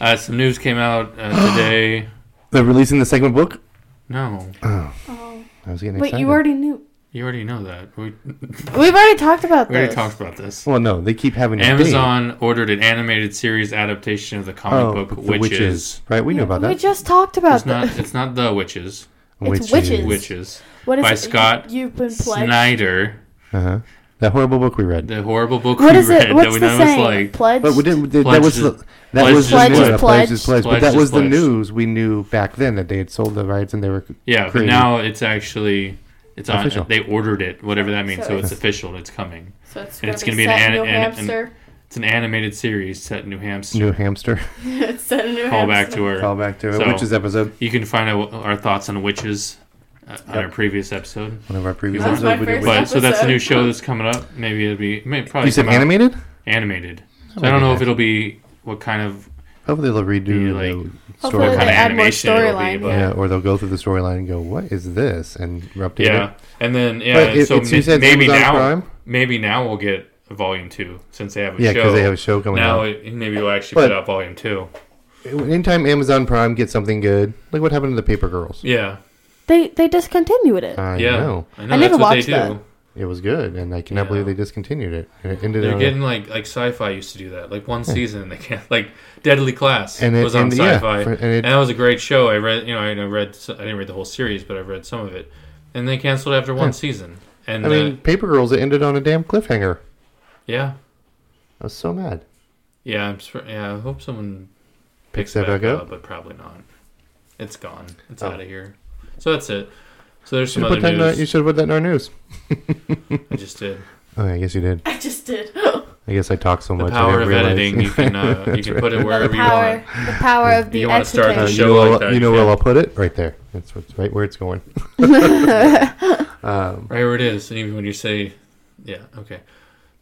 C: Uh, some news came out uh, today.
B: They're releasing the second book.
C: No.
B: Oh,
D: Oh.
B: I was getting
D: Wait,
B: excited.
D: you already knew.
C: You already know that. We, we
D: We've already talked about this.
C: already talked about this.
B: Well, no, they keep having this thing.
C: Amazon ordered an animated series adaptation of the comic
B: Oh,
C: book
B: the
C: Witches.
B: witches. Right, we know about
D: We
B: that.
D: just talked about
C: It's not.
D: this.
C: It's not the witches.
D: it's witches.
C: Witches
D: What is
C: by
D: it?
C: Scott
D: You, have been pledged.
C: Snyder.
B: Uh-huh. That horrible book we read.
C: The horrible book
D: What
C: we
D: is
C: read
D: it? What's
C: that we
D: the
C: know
D: saying?
C: was like.
D: pledged.
B: But we didn't. That,
C: Pledge
B: was
C: is-
B: the, that
C: pledge
B: was
C: is
B: the news.
D: pledged.
B: Yeah,
D: Pledge
B: pledge
D: is
B: is pledge. But
C: pledged.
B: that was the
C: Pledge is pledged.
B: news we knew back then that they had sold the rights and they were
C: Yeah, but
B: creating-
C: now it's actually it's on.
B: Official.
C: They ordered it, whatever that means.
D: So
C: So, it's official. It's coming.
D: So it's
C: And
D: going
C: it's
D: to be
C: gonna be an
D: set in
C: an-
D: New
C: an- an-
D: Hampshire.
C: It's an animated series set in New Hampshire.
B: New Hamster.
D: it's set in New
C: Call
D: Hampshire.
C: back to her.
B: Call back to it.
C: So-
B: Witches episode.
C: You can find out our thoughts on witches uh, on our previous episode.
B: One of our previous
C: That was
B: episodes.
D: my
B: we did
D: first
B: witches.
C: But so that's a new
D: episode.
C: show that's coming up. Maybe it'll be maybe probably
B: You said
C: come out
B: animated?
C: animated. So
B: might
C: I don't
B: be
C: know
B: good.
C: if it'll be what kind of
B: Hopefully they'll
C: Be
B: redo
C: like-
B: the
D: Hopefully they
B: storyline.
C: kind of
D: add more
C: animation it'll be,
D: storyline,
C: but
B: Yeah, or they'll go through the storyline and go, "What is this?" and update
C: yeah.
B: it.
C: And then yeah,
B: But if-
C: so
B: it's- you
C: ma-
B: said
C: maybe
B: Amazon
C: now
B: Prime?
C: maybe now we'll get a volume two since they have a
B: Yeah,
C: show.
B: because they have a show coming
C: now
B: out.
C: it, maybe we'll actually
B: But-
C: put out volume two.
B: Anytime Amazon Prime gets something good, like what happened to the Paper Girls?
C: Yeah,
D: They they discontinued it.
B: I
C: yeah.
B: know
C: I
D: I
C: know
D: never
C: that's what they
D: watched
C: do.
D: that.
B: it was good, and I cannot
C: Yeah.
B: believe they discontinued it. And it ended
C: They're
B: on a-
C: getting like like sci-fi used to do that. Like one season, they can't like Deadly Class
B: And it-
C: was on
B: and- yeah,
C: sci-fi,
B: for- and
C: and,
B: it-
C: that was a great show. I read, you know, I read, I didn't read the whole series, but I've read some of it, and they canceled after one
B: Yeah.
C: season. And
B: I
C: the-
B: mean, Paper Girls. It ended on a damn cliffhanger.
C: yeah,
B: I was so mad.
C: yeah, I'm sur- yeah. I hope someone
B: Picks
C: picks
B: that
C: it back
B: back up?
C: up, but probably not. It's gone. It's
B: Oh.
C: out of here. So that's it. So there's some
B: Should've
C: other
B: put that in our-
C: news
B: you should have put that in our news.
C: I just did.
B: Oh, I guess you did.
D: I just did.
B: I guess I talked so
C: The
B: much. I
C: power
B: didn't
C: of
B: realize.
C: editing. You can uh, you
B: That's
C: can
B: right.
C: put it
D: the
C: wherever you
D: power,
C: want.
D: the power of the
C: You wanna start
B: Uh,
C: the
D: editing.
B: you
C: show
B: know, where
C: like
B: I'll-
C: that,
B: you
C: you
B: know where
C: can.
B: I'll put it? Right there. That's what's right where it's going. um,
C: Right where it is, and even when you say, yeah, okay.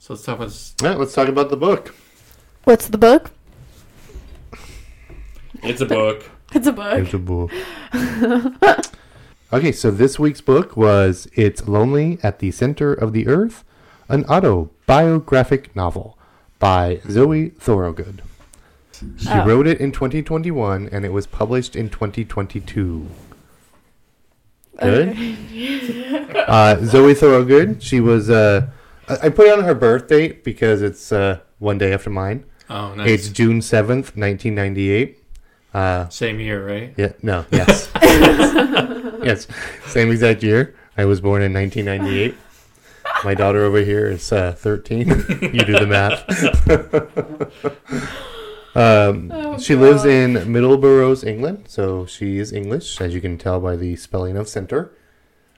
C: So let's talk about this.
B: all right, let's talk about the book.
D: What's the book?
C: It's a book.
D: It's a book.
B: It's a book. okay, so this week's book was It's Lonely at the Center of the Earth, an autobiographic novel by Zoe Thorogood. She
D: Oh.
B: wrote it in 2021 and it was published in 2022. Good. uh, Zoe Thorogood, she was, uh, I I put it on her birth date because it's uh, one day after mine.
C: Oh,
B: It's
C: nice.
B: June 7th, 1998. Uh,
C: Same year, right?
B: Yeah. No. Yes. yes. Same exact year. I was born in 1998. My daughter over here is uh, 13. you do the math. um, she lives in Middleboroughs, England. So she is English, as you can tell by the spelling of center.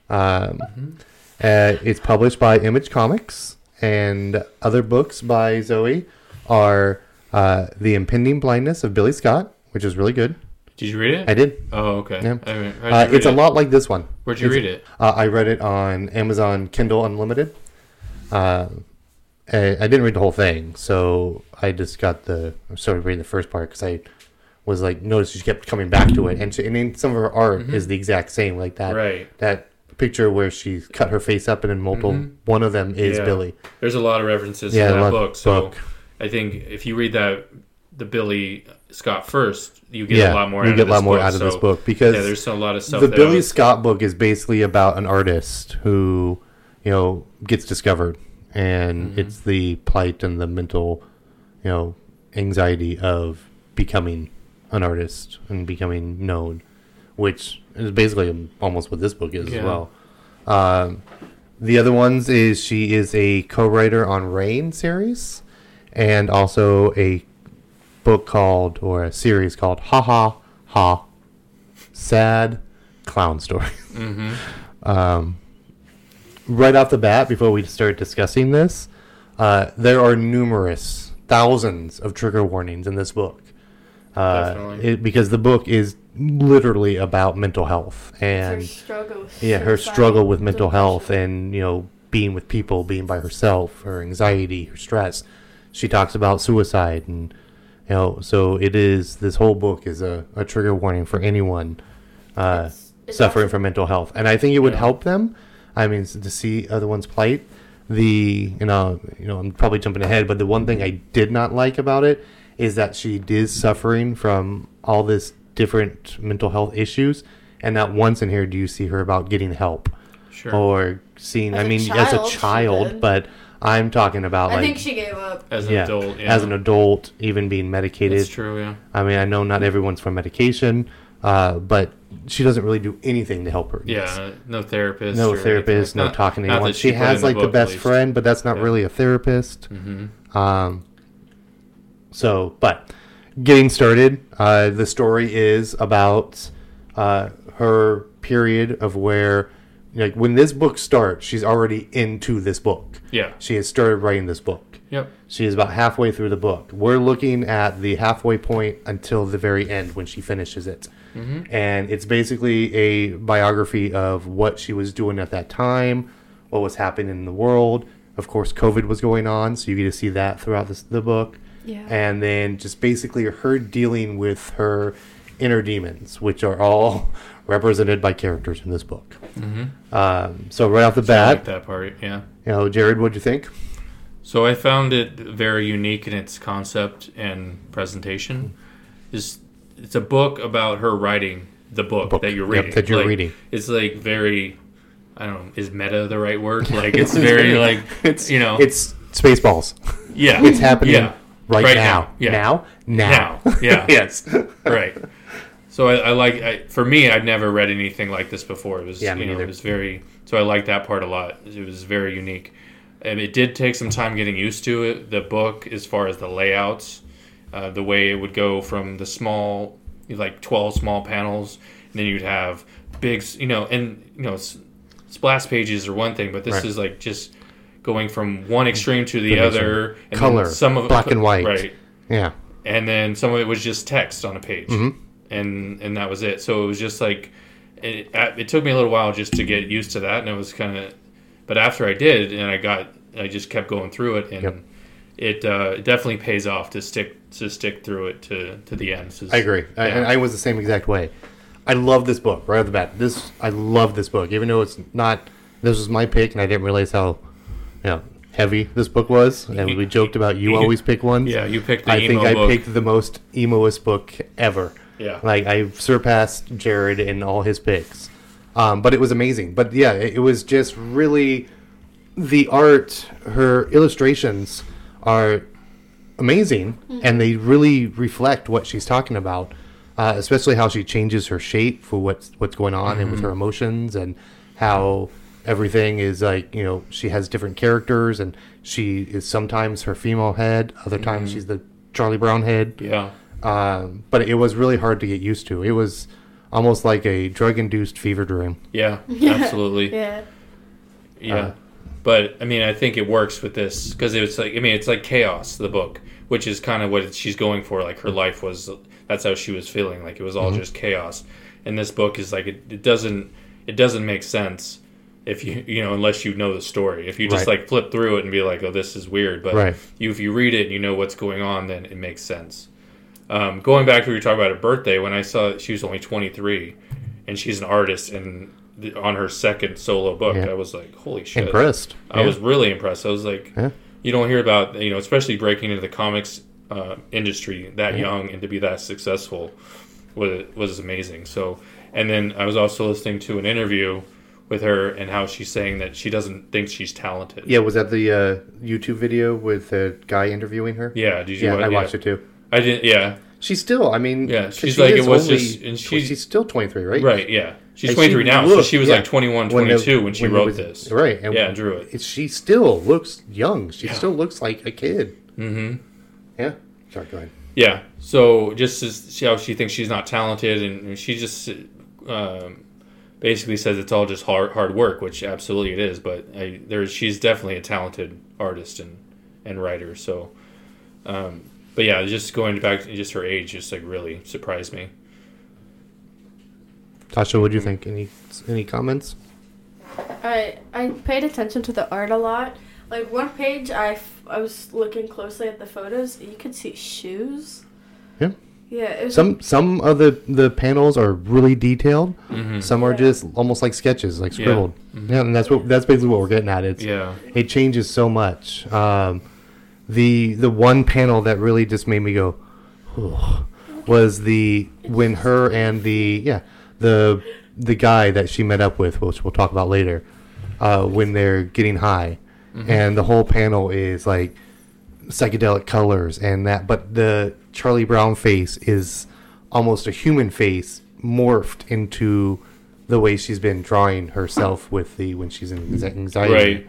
B: Um, uh, it's published by Image Comics, and other books by Zoe are uh, The Impending Blindness of Billy Scott, which is really good.
C: Did you read it?
B: I did
C: oh, okay.
B: Yeah.
C: I mean, how'd
B: uh,
C: you read
B: it's a
C: it?
B: lot like this one.
C: Where'd you
B: it's-
C: read it?
B: Uh, I read it on Amazon Kindle Unlimited. Uh, I, I didn't read the whole thing, so I just got the. I started reading the first part because I was like, noticed she kept coming back to it, and she, and then some of her art is the exact same, like that
C: Mm-hmm. Right.
B: that picture where she's cut her face up, and in multiple
C: Mhm.
B: one of them is
C: Yeah.
B: Billy.
C: There's a lot of references
B: Yeah, a
C: to
B: lot
C: that
B: of
C: book. So
B: book.
C: I think if you read that, the Billy Scott first, you get a lot more.
B: you
C: out
B: get
C: of
B: a lot
C: this
B: more
C: book.
B: out of this
C: So,
B: book
C: Yeah,
B: because
C: there's a lot of stuff.
B: the
C: that
B: Billy
C: was-
B: Scott book is basically about an artist who, you know, gets discovered, and
C: Mm-hmm.
B: it's the plight and the mental, you know, anxiety of becoming an artist and becoming known, which is basically almost what this book is as
C: Yeah.
B: well. Um, the other ones is she is a co-writer on Rain series, and also a book called or a series called Ha Ha Ha Sad Clown Story. Um, right off the bat, before we start discussing this, uh, there are numerous thousands of trigger warnings in this book. Uh,
C: Definitely.
B: it, because the book is literally about mental health and
D: her struggle. with
B: yeah her
D: suicide,
B: struggle with mental health
D: depression.
B: and you know being with people being by herself her anxiety her stress she talks about suicide and you know so it is this whole book is a, a trigger warning for anyone uh,
D: It's- it's
B: suffering
D: awesome.
B: from mental health and i think it would
C: Yeah.
B: help them i mean s- to see other one's plight the you know you know i'm probably jumping ahead but the one thing i did not like about it is that she is suffering from all this different mental health issues and not once in here do you see her about getting help
C: Sure.
B: or seen.
D: As
B: I
D: a
B: mean, as
D: child,
B: a
D: she
B: child,
D: did.
B: but I'm talking about
D: I
B: like
D: think she gave up.
C: as an
B: yeah,
C: adult, yeah.
B: as an adult, even being medicated.
C: That's true, yeah.
B: I mean, I know not everyone's from medication, uh, but she doesn't really do anything to help her. niece.
C: Yeah, no therapist.
B: no
C: or
B: therapist,
C: anything
B: no
C: like that.
B: talking to
C: Not
B: anyone.
C: that
B: She,
C: put in
B: has like the
C: book, at
B: best
C: least.
B: friend, but that's not
C: Yeah. Mm-hmm.
B: really a therapist. Um, so, but getting started, uh, the story is about uh, her period of where, like, when this book starts, she's already into this book.
C: Yeah.
B: She has started writing this book.
C: Yep.
B: She is about halfway through the book. We're looking at the halfway point until the very end when she finishes it. And it's basically a biography of what she was doing at that time, what was happening in the world. Of course, COVID was going on, so you get to see that throughout this, the book.
D: Yeah.
B: And then just basically her dealing with her inner demons, which are all represented by characters in this book. Um, so, right off the
C: I
B: bat,
C: like that part, yeah.
B: you know, Jared, what'd you think?
C: So I found it very unique in its concept and presentation. It's, it's a book about her writing the book,
B: Book,
C: that you're
B: yep,
C: reading.
B: that you're
C: Like,
B: reading.
C: It's like very, I don't know, is meta the right word? Like it's very like,
B: it's
C: you know,
B: it's Spaceballs.
C: yeah,
B: It's happening
C: Yeah.
B: right,
C: Right
B: now.
C: now, yeah.
B: Now? Now.
C: Now, yeah.
B: yes.
C: right. So I, I like. I, for me, I'd never read anything like this before. It was,
B: Yeah, me
C: you know,
B: neither.
C: it was very. So I like that part a lot. It was very unique, and it did take some time getting used to it. The book, as far as the layouts, uh, the way it would go from the small, like twelve small panels, and then you'd have big, s- you know, and you know, s- splash pages are one thing, but this
B: Right.
C: is like just going from one extreme to the
B: Good mixture.
C: other. And then
B: Color, black and white.
C: right?
B: Yeah.
C: and then some of it was just text on a page,
B: Mm-hmm.
C: and and that was it. So it was just like it, it took me a little while just to get used to that, and it was kind of. But after I did, and I got, I just kept going through it, and
B: Yep.
C: it uh, it definitely pays off to stick to stick through it to to the end. So it's-
B: I agree. I,
C: Yeah.
B: and I was the same exact way. I love this book right off the bat. This I love this book, even though it's not. This was my pick, and I didn't realize how, you know, heavy this book was. And we joked about you always pick ones.
C: yeah, you picked the
B: I
C: emo
B: think I
C: book.
B: picked the most emoist book ever.
C: Yeah.
B: Like I surpassed Jared in all his picks. Um, but it was amazing. But yeah, it, it was just really the art, her illustrations are amazing
C: Mm-hmm.
B: and they really reflect what she's talking about. Uh, especially how she changes her shape for what's what's going on and with
C: Mm-hmm.
B: her emotions and how everything is like you know she has different characters and she is sometimes her female head other times she's the charlie brown head
C: Mm-hmm. yeah,
B: um, but it was really hard to get used to. It was almost like a drug-induced fever dream.
C: yeah, absolutely, yeah.
D: Yeah.
B: Uh,
C: but I mean, I think it works with this because it's like I mean, it's like chaos the book, which is kind of what it- she's going for. Like her life was that's how she was feeling. Like it was all
B: Mm-hmm.
C: just chaos, and this book is like it, it doesn't it doesn't make sense if you you know unless you know the story. If you just
B: Right.
C: like flip through it and be like, oh, this is weird, but
B: Right.
C: you if you read it and you know what's going on, then it makes sense. Um, going back to what you were talking about her birthday, when I saw that she was only 23 and she's an artist and the, on her second solo book,
B: Yeah.
C: I was like, holy shit.
B: Impressed.
C: I
B: Yeah.
C: was really impressed. I was like,
B: Yeah.
C: you don't hear about you know, especially breaking into the comics uh, industry that young and to be that successful was was amazing. So, and then I was also listening to an interview with her and how she's saying that she doesn't think she's talented.
B: yeah. Was that the uh, YouTube video with the guy interviewing her?
C: Yeah, did you?
B: yeah,
C: wa-
B: I watched it too.
C: I didn't. Yeah,
B: She's still. I mean,
C: Yeah,
B: 'cause
C: she's
B: she
C: like,
B: is
C: it was
B: only-
C: just- and she-
B: she's still 23, right?
C: right. Yeah, she's
B: And she
C: 23 now, so
B: looked-
C: she was
B: yeah,
C: like 21,
B: when the-
C: 22 when, she
B: when it
C: wrote
B: was-
C: this.
B: right? And
C: Yeah, and drew it.
B: She still looks young. She still looks like a kid. Mm-hmm. Yeah. Sorry, go ahead.
C: Yeah. So just as she, how she thinks she's not talented, and and she just um, basically says it's all just hard hard work, which absolutely it is. But I, there, she's definitely a talented artist and and writer. So, um, but yeah, just going back to just her age, just like really surprised me.
B: Tasha, what do you think? Any any comments?
D: I I paid attention to the art a lot. Like one page, I, f- I was looking closely at the photos. You could see shoes.
B: Yeah.
D: Yeah. It was
B: Some some of the, the panels are really detailed.
C: Mm-hmm.
B: Some are
D: Yeah.
B: just almost like sketches, like scribbled. Yeah. and that's what that's basically what we're getting at. It's
C: Yeah.
B: it changes so much. Um, the the one panel that really just made me go, "Whew," was the when her and the yeah the the guy that she met up with, which we'll talk about later. uh, when they're getting high, and the whole panel is like psychedelic colors and that. But the Charlie Brown face is almost a human face morphed into the way she's been drawing herself with the when she's in anxi- anxiety,
C: Right.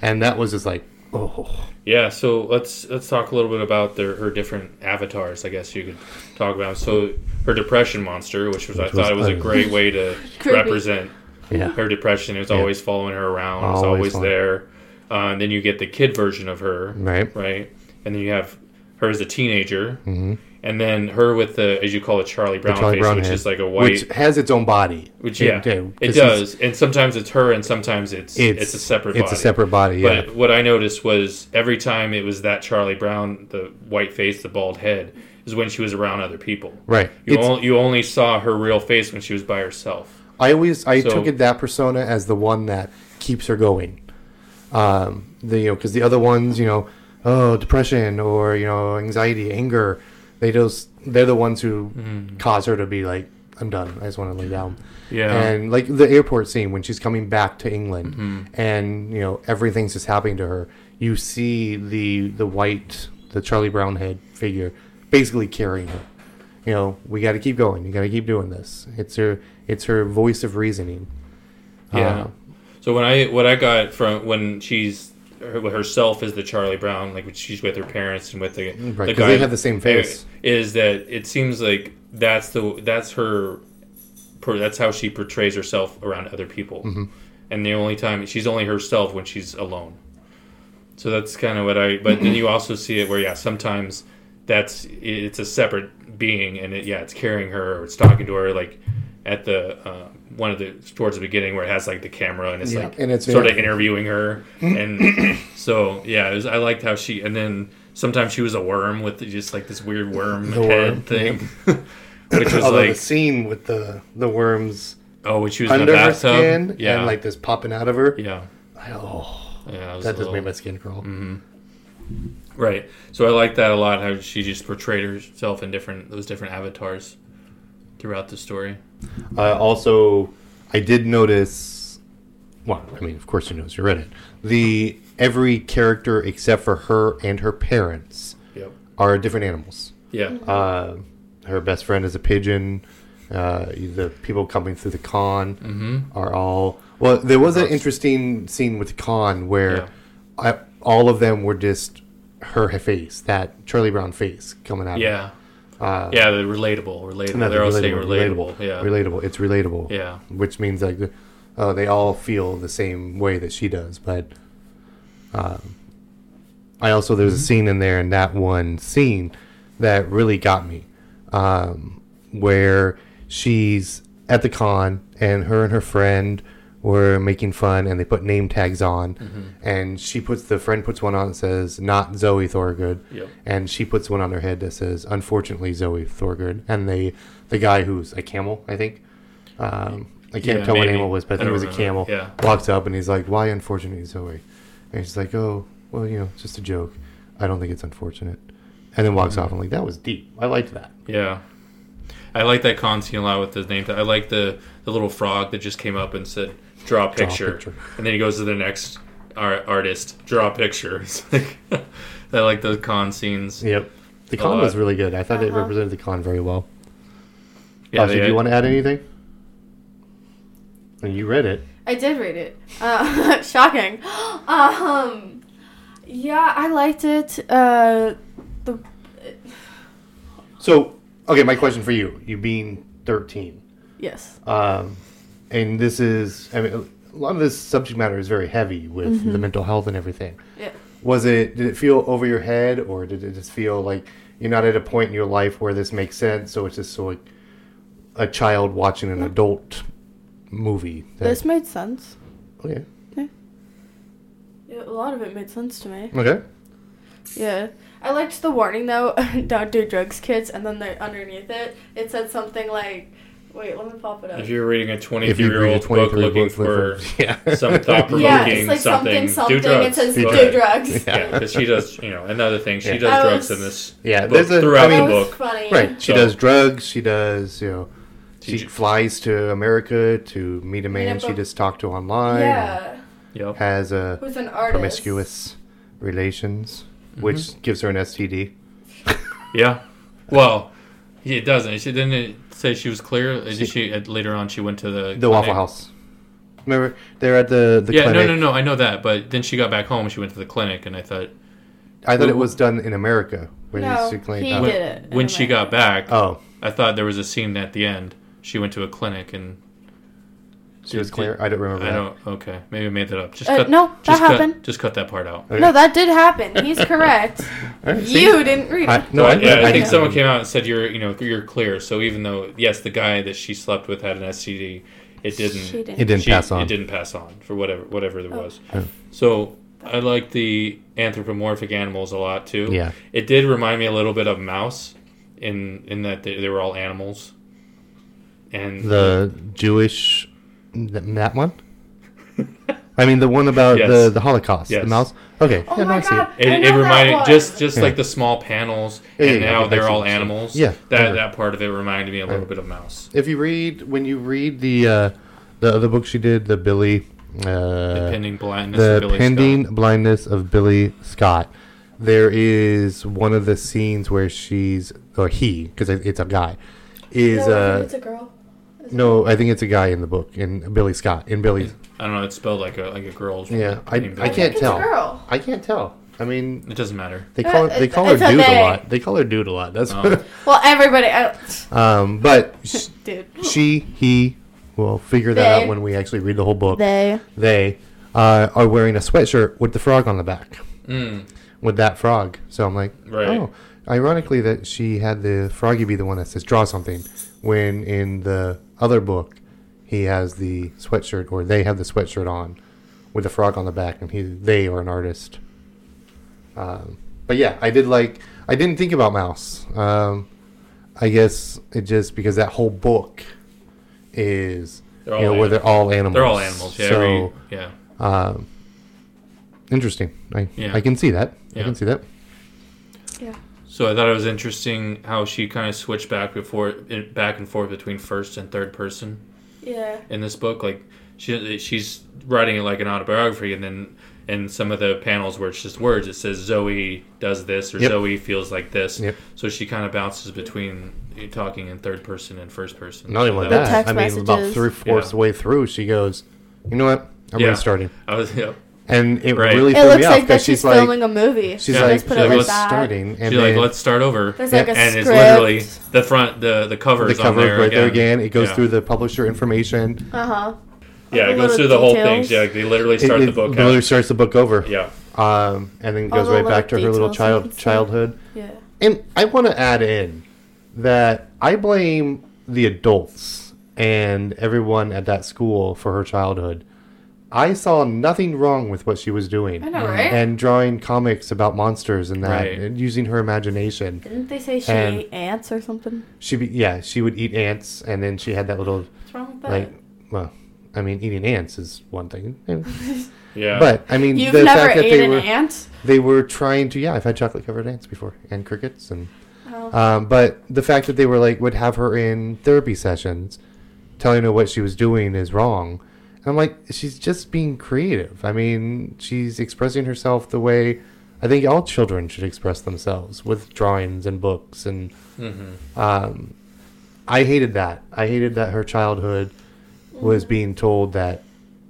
B: and that was just like oh
C: Yeah, so let's let's talk a little bit about their her different avatars. I guess you could talk about. So her depression monster, which was I
B: was
C: thought it was a
B: un-
C: great way to
D: Creepy.
C: represent
B: yeah.
C: her depression. It was always following her around. It was
B: Always
C: always
B: following-
C: there. Uh, and then you get the kid version of her,
B: Right.
C: Right, and then you have her as a teenager, mm-hmm. and then her with the as you call it Charlie Brown
B: Charlie
C: face,
B: Brown
C: which
B: head,
C: is like a white,
B: which has its own body.
C: which yeah,
B: yeah,
C: it
B: this is-
C: does. And sometimes it's her, and sometimes it's it's, a separate.
B: It's
C: body.
B: a separate body. Yeah,
C: But what I noticed was every time it was that Charlie Brown, the white face, the bald head, is when she was around other people.
B: right.
C: You,
B: It's-
C: on, you only saw her real face when she was by herself.
B: I always I
C: So-
B: took it that persona as the one that keeps her going. Um, the you know because the other ones you know oh depression or you know anxiety anger they just they're the ones who
C: Mm.
B: cause her to be like I'm done I just want to lay down.
C: Yeah. Mm-hmm.
B: And like the airport scene when she's coming back to England and you know everything's just happening to her. You see the the white the Charlie Brown head figure basically carrying her you know, we got to keep going. You got to keep doing this. It's her, it's her voice of reasoning.
C: Yeah.
B: Uh,
C: so when I what I got from when she's her, herself is the Charlie Brown, like when she's with her parents and with the the
B: 'cause they have the same face.
C: is that it seems like that's the that's her per- that's how she portrays herself around other people,
B: Mm-hmm.
C: and the only time she's only herself when she's alone. So that's kind of what I. But then you also see it where yeah, sometimes that's it's a separate being, and it, yeah, it's carrying her or it's talking to her like at the uh, one of the towards the beginning where it has like the camera and it's
B: Yeah,
C: like
B: and it's
C: sort of
B: very-
C: interviewing her, and so yeah, it was, I liked how she and then sometimes she was a worm with just like this weird worm
B: The
C: head
B: worm,
C: thing. Which was
B: Although
C: like
B: the scene with the the worms
C: oh, when she was in the
B: under her
C: bathtub,
B: skin
C: yeah,
B: and like this popping out of her,
C: yeah,
B: I- oh,
C: yeah, it was a
B: that just
C: little-
B: made my skin crawl.
C: Right. So I like that a lot. How she just portrayed herself in different those different avatars throughout the story.
B: Uh, also, I did notice. Well, I mean, of course you noticed. You read it. The every character except for her and her parents
C: Yep.
B: are different animals.
C: Yeah.
B: Uh, her best friend is a pigeon. Uh, the people coming through the con are all. Well, there was an interesting scene with the con where I, all of them were just her face, that Charlie Brown face coming out.
C: Yeah. yeah. They're relatable. Relatable.
B: Another
C: uh, They're all saying
B: relatable,
C: relatable. Yeah.
B: Relatable. It's relatable.
C: Yeah.
B: Which means like, the- oh, they all feel the same way that she does. But, um, I also
C: Mm-hmm.
B: there's a scene in there in that one scene that really got me, um, where she's at the con and her and her friend were making fun and they put name tags on
C: Mm-hmm.
B: and she puts the friend puts one on that says not Zoe Thorgood
C: Yep.
B: and she puts one on her head that says unfortunately Zoe Thorgood and they the guy who's a camel I think um, I can't
C: Yeah,
B: tell what
C: maybe.
B: animal it was but I
C: I
B: think it
C: don't
B: was a camel
C: remember. Yeah.
B: walks up and he's like why unfortunately Zoe and she's like oh well you know it's just a joke I don't think it's unfortunate and then
C: Mm-hmm.
B: walks off and like that was deep I liked that
C: Yeah. I like that con scene a lot with his name. I like the the little frog that just came up and said, "Draw a picture,",
B: picture.
C: and then he goes to the next ar- artist, "Draw a picture." It's like- I like those con scenes.
B: yep the con was
C: lot.
B: really good I thought it
D: Uh-huh.
B: represented the con very well
C: Yeah,
B: Tasha,
C: they-
B: do you want to add anything and you read it
D: I did read it. Uh, shocking. um, yeah, I liked it. Uh, the
B: so okay my question for you you being 13
D: yes,
B: um, and this is I mean a lot of this subject matter is very heavy with
D: Mm-hmm.
B: the mental health and everything.
D: yeah.
B: Was it did it feel over your head or did it just feel like you're not at a point in your life where this makes sense? So it's just so like a child watching an adult movie. that-
D: This made sense.
B: okay.
D: Yeah, a lot of it made sense to me.
B: Okay.
D: Yeah. I liked the warning though, don't do drugs, kids, and then there, underneath it, it said something like, wait, let me pop it up.
C: If you're reading a 23
B: If you
C: year
B: read a
C: old book
B: 23
C: looking
B: book
C: for
B: yeah.
C: some thought-provoking
D: yeah, it's like
C: something,
D: something, something.
C: do drugs.
D: It says
B: Do drugs.
D: do drugs.
B: Yeah.
C: Yeah, because she does. You know, another thing, she
B: Yeah.
C: does
D: I
C: drugs
D: was-
C: in this.
B: Yeah,
C: book,
B: there's a- I
C: throughout
B: mean-
D: That
C: the
D: was
C: book.
D: funny.
B: Right. She
C: So-
B: does drugs, she does, you know, she
C: She-
B: flies to America to meet a man
D: up
B: she
D: a-
B: just talked to online.
D: Yeah.
C: Yep.
B: has a
D: Who's an artist? Uh,
B: promiscuous relations,
C: Mm-hmm.
B: which gives her an STD.
C: Yeah. Well, it doesn't. She didn't it say she was clear. Is she, uh, later on she went to the
B: The
C: clinic?
B: Waffle House. Remember, they're at the the
C: Yeah,
B: clinic.
C: no, no, no. I know that, but then she got back home. She went to the clinic, and I thought
B: I thought it was done in America. Where they
D: No,
B: used to clean
D: he
B: it up.
C: when,
D: did it in
C: when she got back,
B: Oh,
C: I thought there was a scene at the end. She went to a clinic, and
B: she was clear. I don't remember.
C: I
B: that.
C: don't. Okay, maybe I made that up. Just
D: Uh,
C: cut,
D: no, that
C: just cut-
D: happened.
C: just cut that part out.
B: Okay.
D: No, that did happen. He's correct.
B: All right, see?
D: you didn't read
B: I,
D: it.
B: no,
C: But,
B: I,
C: yeah, I,
B: I
C: think
B: did.
C: someone came out and said you're, you know, you're clear. So even though yes, the guy that she slept with had an STD, it didn't.
D: She didn't. Oh.
B: It didn't
C: she-
B: pass on.
C: It didn't pass on for whatever whatever there was. So I like the anthropomorphic animals a lot too.
B: Yeah.
C: It did remind me a little bit of mouse, in in that they, they were all animals. And
B: The Jewish, th- that one. I mean, the one about
C: Yes.
B: the, the Holocaust,
C: Yes.
B: the mouse. Okay,
D: Oh
B: yeah, no,
D: my
B: I see
D: god.
B: it.
C: It,
D: I know
C: it
D: that
C: reminded
D: one.
C: just just
B: Yeah.
C: like the small panels,
B: Yeah,
C: and
B: yeah, yeah,
C: now
B: I
C: they're
B: see what
C: all
B: you're saying.
C: animals.
B: Yeah,
C: that
B: remember.
C: that part of it reminded me a little bit of mouse.
B: If you read when you read the uh, the other book she did, the Billy, uh,
C: Pending blindness.
B: the
C: of Billy
B: pending
C: Scott.
B: blindness of Billy Scott. There is one of the scenes where she's or he because it's a guy is
D: No, I think
B: uh
D: it's a girl.
B: no I think it's a guy in the book in Billy Scott in Billy
C: I don't know. It's spelled like a like a girl's.
B: yeah I,
C: Pending
B: I
C: Blindness.
B: can't
D: It's a
B: tell
D: girl.
B: I can't tell I mean
C: It doesn't matter.
B: they call
D: Uh,
B: they call her
D: it's a
B: dude a
D: they.
B: lot they call her dude a lot that's
C: Oh.
D: Well, everybody. uh, I,
B: um but sh-
D: dude.
B: she he will figure that
D: They.
B: out when we actually read the whole book
D: They.
B: they uh, are wearing a sweatshirt with the frog on the back
C: Mm,
B: with that frog. So I'm like,
C: Right.
B: oh, ironically that she had the froggy be the one that says draw something, when in the other book he has the sweatshirt or they have the sweatshirt on with a frog on the back, and he they are an artist. Um, but yeah, I did like I didn't think about mouse. Um, I guess it just because that whole book is
C: They're
B: you know
C: all
B: where they're all animals.
C: they're all animals. Yeah.
B: So
C: every- yeah.
B: um, interesting. I
C: Yeah.
B: I can see that.
C: Yeah.
B: I can see that.
C: So I thought it was interesting how she kind of switched back before it- back and forth between first and third person
D: Yeah.
C: in this book. Like she she's writing it like an autobiography, and then in some of the panels where it's just words, it says Zoe does this or
B: Yep.
C: Zoe feels like this.
B: Yep.
C: So she kind of bounces between talking in third person and first person.
B: Not even
C: So
B: like
D: The
B: that.
D: text
B: I mean, about
D: messages.
B: three fourths
C: Yeah.
B: the way through, she goes, "You know what? I'm
C: Yeah.
B: restarting,"
C: I was. Yep.
B: and it
C: Right.
B: really
D: It
B: threw me
D: looks
B: off
D: like that
B: because
D: she's
B: she's like,
D: filming a movie.
B: she's
C: Yeah.
B: like,
D: Let's put it
B: "I'm
D: like
C: let's
D: that.
B: restarting," and
C: She's like,
B: then
C: let's start over.
D: There's like
B: Yep.
D: a
C: and
D: script.
C: it's literally the front the the cover
B: the
C: is on
B: cover
C: there
B: right there
C: again.
B: again. It goes
C: Yeah.
B: through the publisher information.
D: Uh huh.
C: yeah it
D: All the
C: goes
D: little
C: through the whole thing
D: details.
C: yeah they literally
B: It,
C: start
B: it
C: the book
B: literally
C: out.
B: starts the book over,
C: yeah
B: um, and then
D: All
B: goes
D: the
B: right
D: little
B: back to her little
D: details I can
B: child
D: see.
B: childhood.
D: Yeah.
B: And I want to add in that I blame the adults and everyone at that school for her childhood. I saw nothing wrong with what she was doing.
D: I know, right?
B: And drawing comics about monsters and that,
C: Right.
B: and using her imagination.
D: Didn't they say she
B: And-
D: ate ants or something?
B: She, be, yeah, she would eat ants, and then she had that little
D: What's wrong with that?
B: like, well, I mean, eating ants is one thing,
C: yeah
B: but I mean,
D: You've
B: the
D: never
B: fact that
D: ate
B: they
D: an
B: were
D: ant?
B: they were trying to, yeah, I've had chocolate covered ants before, and crickets, and
D: Oh.
B: Um, but the fact that they were like would have her in therapy sessions, telling her what she was doing is wrong. And I'm like, she's just being creative. I mean, she's expressing herself the way I think all children should express themselves with drawings and books. And
C: Mm-hmm.
B: um, I hated that. I hated that her childhood was being told that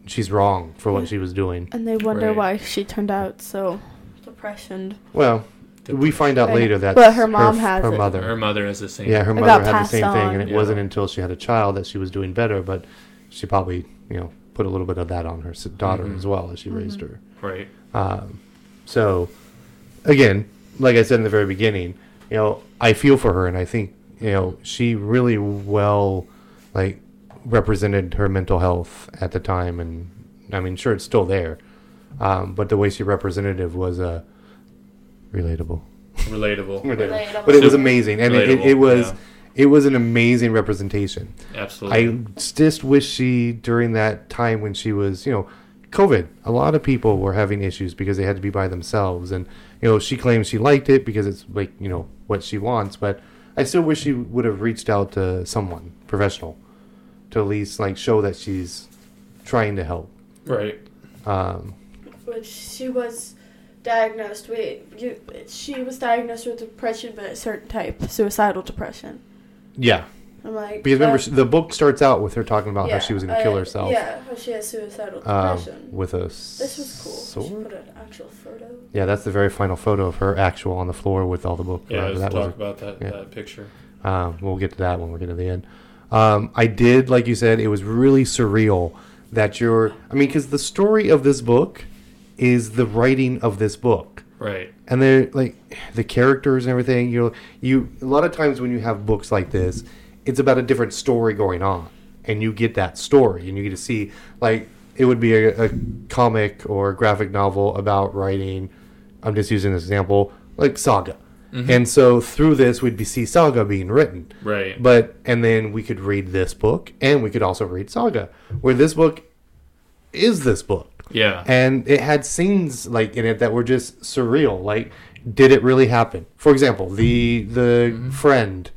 B: she's wrong for what she was doing.
D: And they wonder
C: Right.
D: why she turned out so depressioned.
B: Well, we find out later that
D: But her mom has
B: her
D: it.
B: mother.
C: her mother is the same
B: Yeah, her
D: It
B: mother
D: got
B: had the
D: passed
B: same thing,
D: on.
B: and it
C: Yeah.
B: wasn't until she had a child that she was doing better. But she probably, you know, put a little bit of that on her s- daughter as well as she
D: Mm-hmm.
B: raised her.
C: right
B: Um, so, again, like I said in the very beginning, you know, I feel for her, and I think you know she really well, like, represented her mental health at the time, and I mean, sure, it's still there, um, but the way she represented it was uh, relatable.
C: relatable
D: Relatable.
B: But it was amazing, and it, it, it
C: Relatable,
B: was
C: yeah.
B: it was an amazing representation.
C: absolutely
B: I just wish she during that time when she was, you know, COVID. A lot of people were having issues because they had to be by themselves, and you know, she claims she liked it because it's like you know what she wants. But I still wish she would have reached out to someone professional to at least like show that she's trying to help.
C: right
B: Um,
D: Which she was diagnosed with. You, she was diagnosed with depression, but a certain type, suicidal depression.
B: yeah,
D: I'm like
B: because remember
D: uh,
B: the book starts out with her talking about
D: yeah,
B: how she was going to kill
D: I-
B: herself
D: Yeah, how she has suicidal
B: um,
D: depression.
B: with a
D: this was cool. She
B: sword.
D: put an actual photo.
B: Yeah, that's the very final photo of her actual on the floor with all the book.
C: Yeah,
B: uh,
C: let's
B: that
C: talk
B: was
C: about that,
B: yeah.
C: that picture.
B: Um, we'll get to that when we get to the end. Um, I did, like you said, it was really surreal that you're. I mean, because the story of this book is the writing of this book,
C: Right.
B: and they're like the characters and everything. You know, you a lot of times when you have books like this, it's about a different story going on, and you get that story, and you get to see like it would be a, a comic or a graphic novel about writing. I'm just using this example, like Saga. And so through this, we'd be see Saga being written.
C: Right.
B: But and then we could read this book, and we could also read Saga, where this book is this book,
C: yeah.
B: and it had scenes like in it that were just surreal. Like, did it really happen? For example, the the friend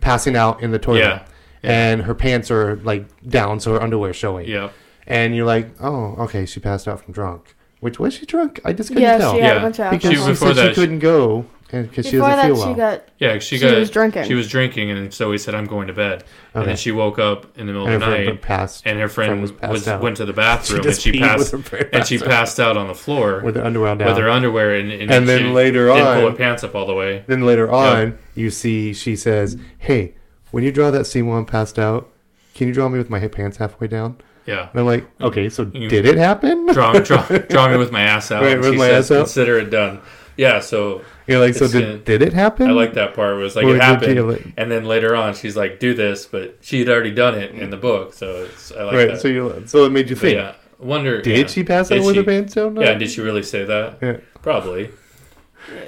B: passing out in the toilet,
C: Mm-hmm. Yeah.
B: and her pants are like down, so her underwear showing.
C: yeah.
B: And you're like, oh, okay, she passed out from drunk. Which was she drunk? I just couldn't
D: Yeah,
B: tell
D: she had
C: Yeah,
D: a bunch of
B: because
C: She-
B: she,
D: alcohol.
C: before
B: said
C: that,
B: she
C: she-
B: couldn't go because she
D: Before
B: doesn't
D: that,
B: feel
D: she
B: well.
D: got
C: Yeah, she,
D: She
C: got
D: was drinking.
C: She was drinking, and so he said, "I'm going to bed." And
B: Okay.
C: then she woke up in the middle of
B: And
C: the
B: her friend
C: night,
B: passed-
C: and her friend,
B: friend was passed
C: was,
B: out.
C: went to the bathroom, and
B: just
C: she
B: peed with
C: passed,
B: her pants
C: and she
B: out.
C: passed out on the floor
B: with her underwear down.
C: with her underwear, and, and,
B: And then
C: she
B: later
C: didn't pull
B: on-
C: her pants up all the way.
B: Then later on, you see she says, "Hey, when you draw that scene while I'm passed out, can you draw me with my hip pants halfway down?"
C: Yeah,
B: And I'm like, "Okay, so did it happen?"
C: draw, draw, draw me with my ass out.
B: Right,
C: and
B: with
C: she
B: my
C: says,
B: ass out.
C: Consider it done. Yeah, so
B: You're like, "So
C: It's,
B: did
C: uh,
B: did it happen?"
C: I like that part. Where it's like
B: Or
C: it
B: did
C: happened,
B: you, like-
C: and then later on, she's like, "Do this," but she had already done it in the book, so it's, I like
B: right?
C: that.
B: So you so it made you
C: But
B: think.
C: yeah, wonder
B: Did
C: yeah.
B: she pass out
C: Did
B: with
C: she-
B: her pants down?
C: Yeah, did she really say that?
B: Yeah.
C: Probably.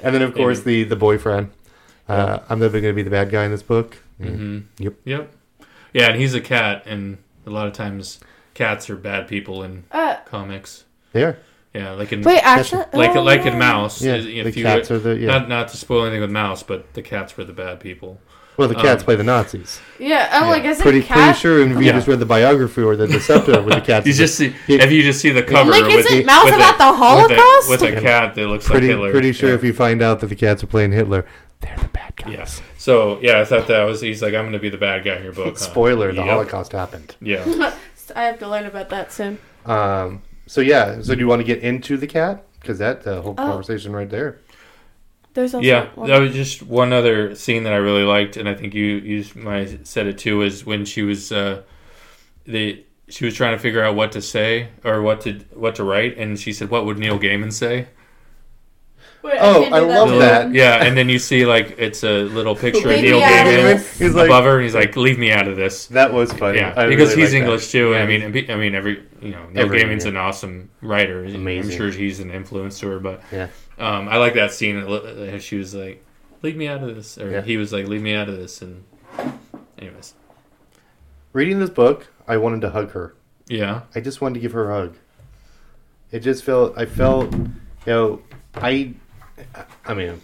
B: And then of course the the boyfriend. Uh, I'm never going to be the bad guy in this book.
C: Mm-hmm.
B: Mm,
C: Yep. Yeah, and he's a cat, and a lot of times cats are bad people in
D: Uh,
C: comics.
B: There,
C: Yeah, like in
D: wait, actually,
C: like
D: oh,
C: like
D: yeah.
C: in Mouse.
B: yeah.
C: is- if
B: the
C: you-
B: cats are the yeah.
C: Not not to spoil anything with Mouse, but the cats were the bad people.
B: well, the cats
C: um,
B: play the Nazis.
D: Yeah, oh, I'm like, is
B: Pretty
D: it cat?
B: pretty sure. And if you
C: Yeah.
B: just read the biography or the Deceptive with the cats.
C: You
B: is
C: just see if you just see the cover.
D: Like,
C: with,
D: isn't Mouse
C: with a-
D: about the Holocaust?
C: With a, with a cat that looks
B: pretty
C: like Hitler.
B: pretty sure
C: Yeah.
B: if you find out that the cats are playing Hitler, they're the bad guys.
C: Yes. So yeah, I thought that was. He's like, I'm gonna be the bad guy in your book. huh?"
B: Spoiler: the
C: Yep.
B: Holocaust happened.
C: Yeah.
D: I have to learn about that soon.
B: Um, so yeah, so do you want to get into the cat? Because that uh, whole
D: Oh.
B: conversation right there.
D: There's also
C: Yeah,
D: one-
C: that was just one other scene that I really liked, and I think you you might have said it too. Is when she was uh, the she was trying to figure out what to say or what to what to write, and she said, "What would Neil Gaiman say?"
D: Wait,
B: Oh,
D: can't do
B: I love
D: one.
B: that.
C: Yeah, and then you see like it's a little picture of
D: Leave
C: Neil
D: me out of
C: Gaiman
D: this.
B: He's
C: above
B: like,
C: her, and he's like, "Leave me out of this."
B: that was funny.
C: Yeah,
B: I
C: because
B: really
C: he's
B: like that.
C: English too, and I mean, and pe- I mean, every you know, Neil
B: Every-
C: Gaiman's
B: yeah.
C: an awesome writer.
B: Amazing.
C: I'm sure he's an influence to her, but
B: Yeah,
C: um, I like that scene. uh, She was like, "Leave me out of this," or
B: Yeah.
C: he was like, "Leave me out of this." And, anyways,
B: reading this book, I wanted to hug her.
C: yeah,
B: I just wanted to give her a hug. It just felt. I felt. You know, I. I mean,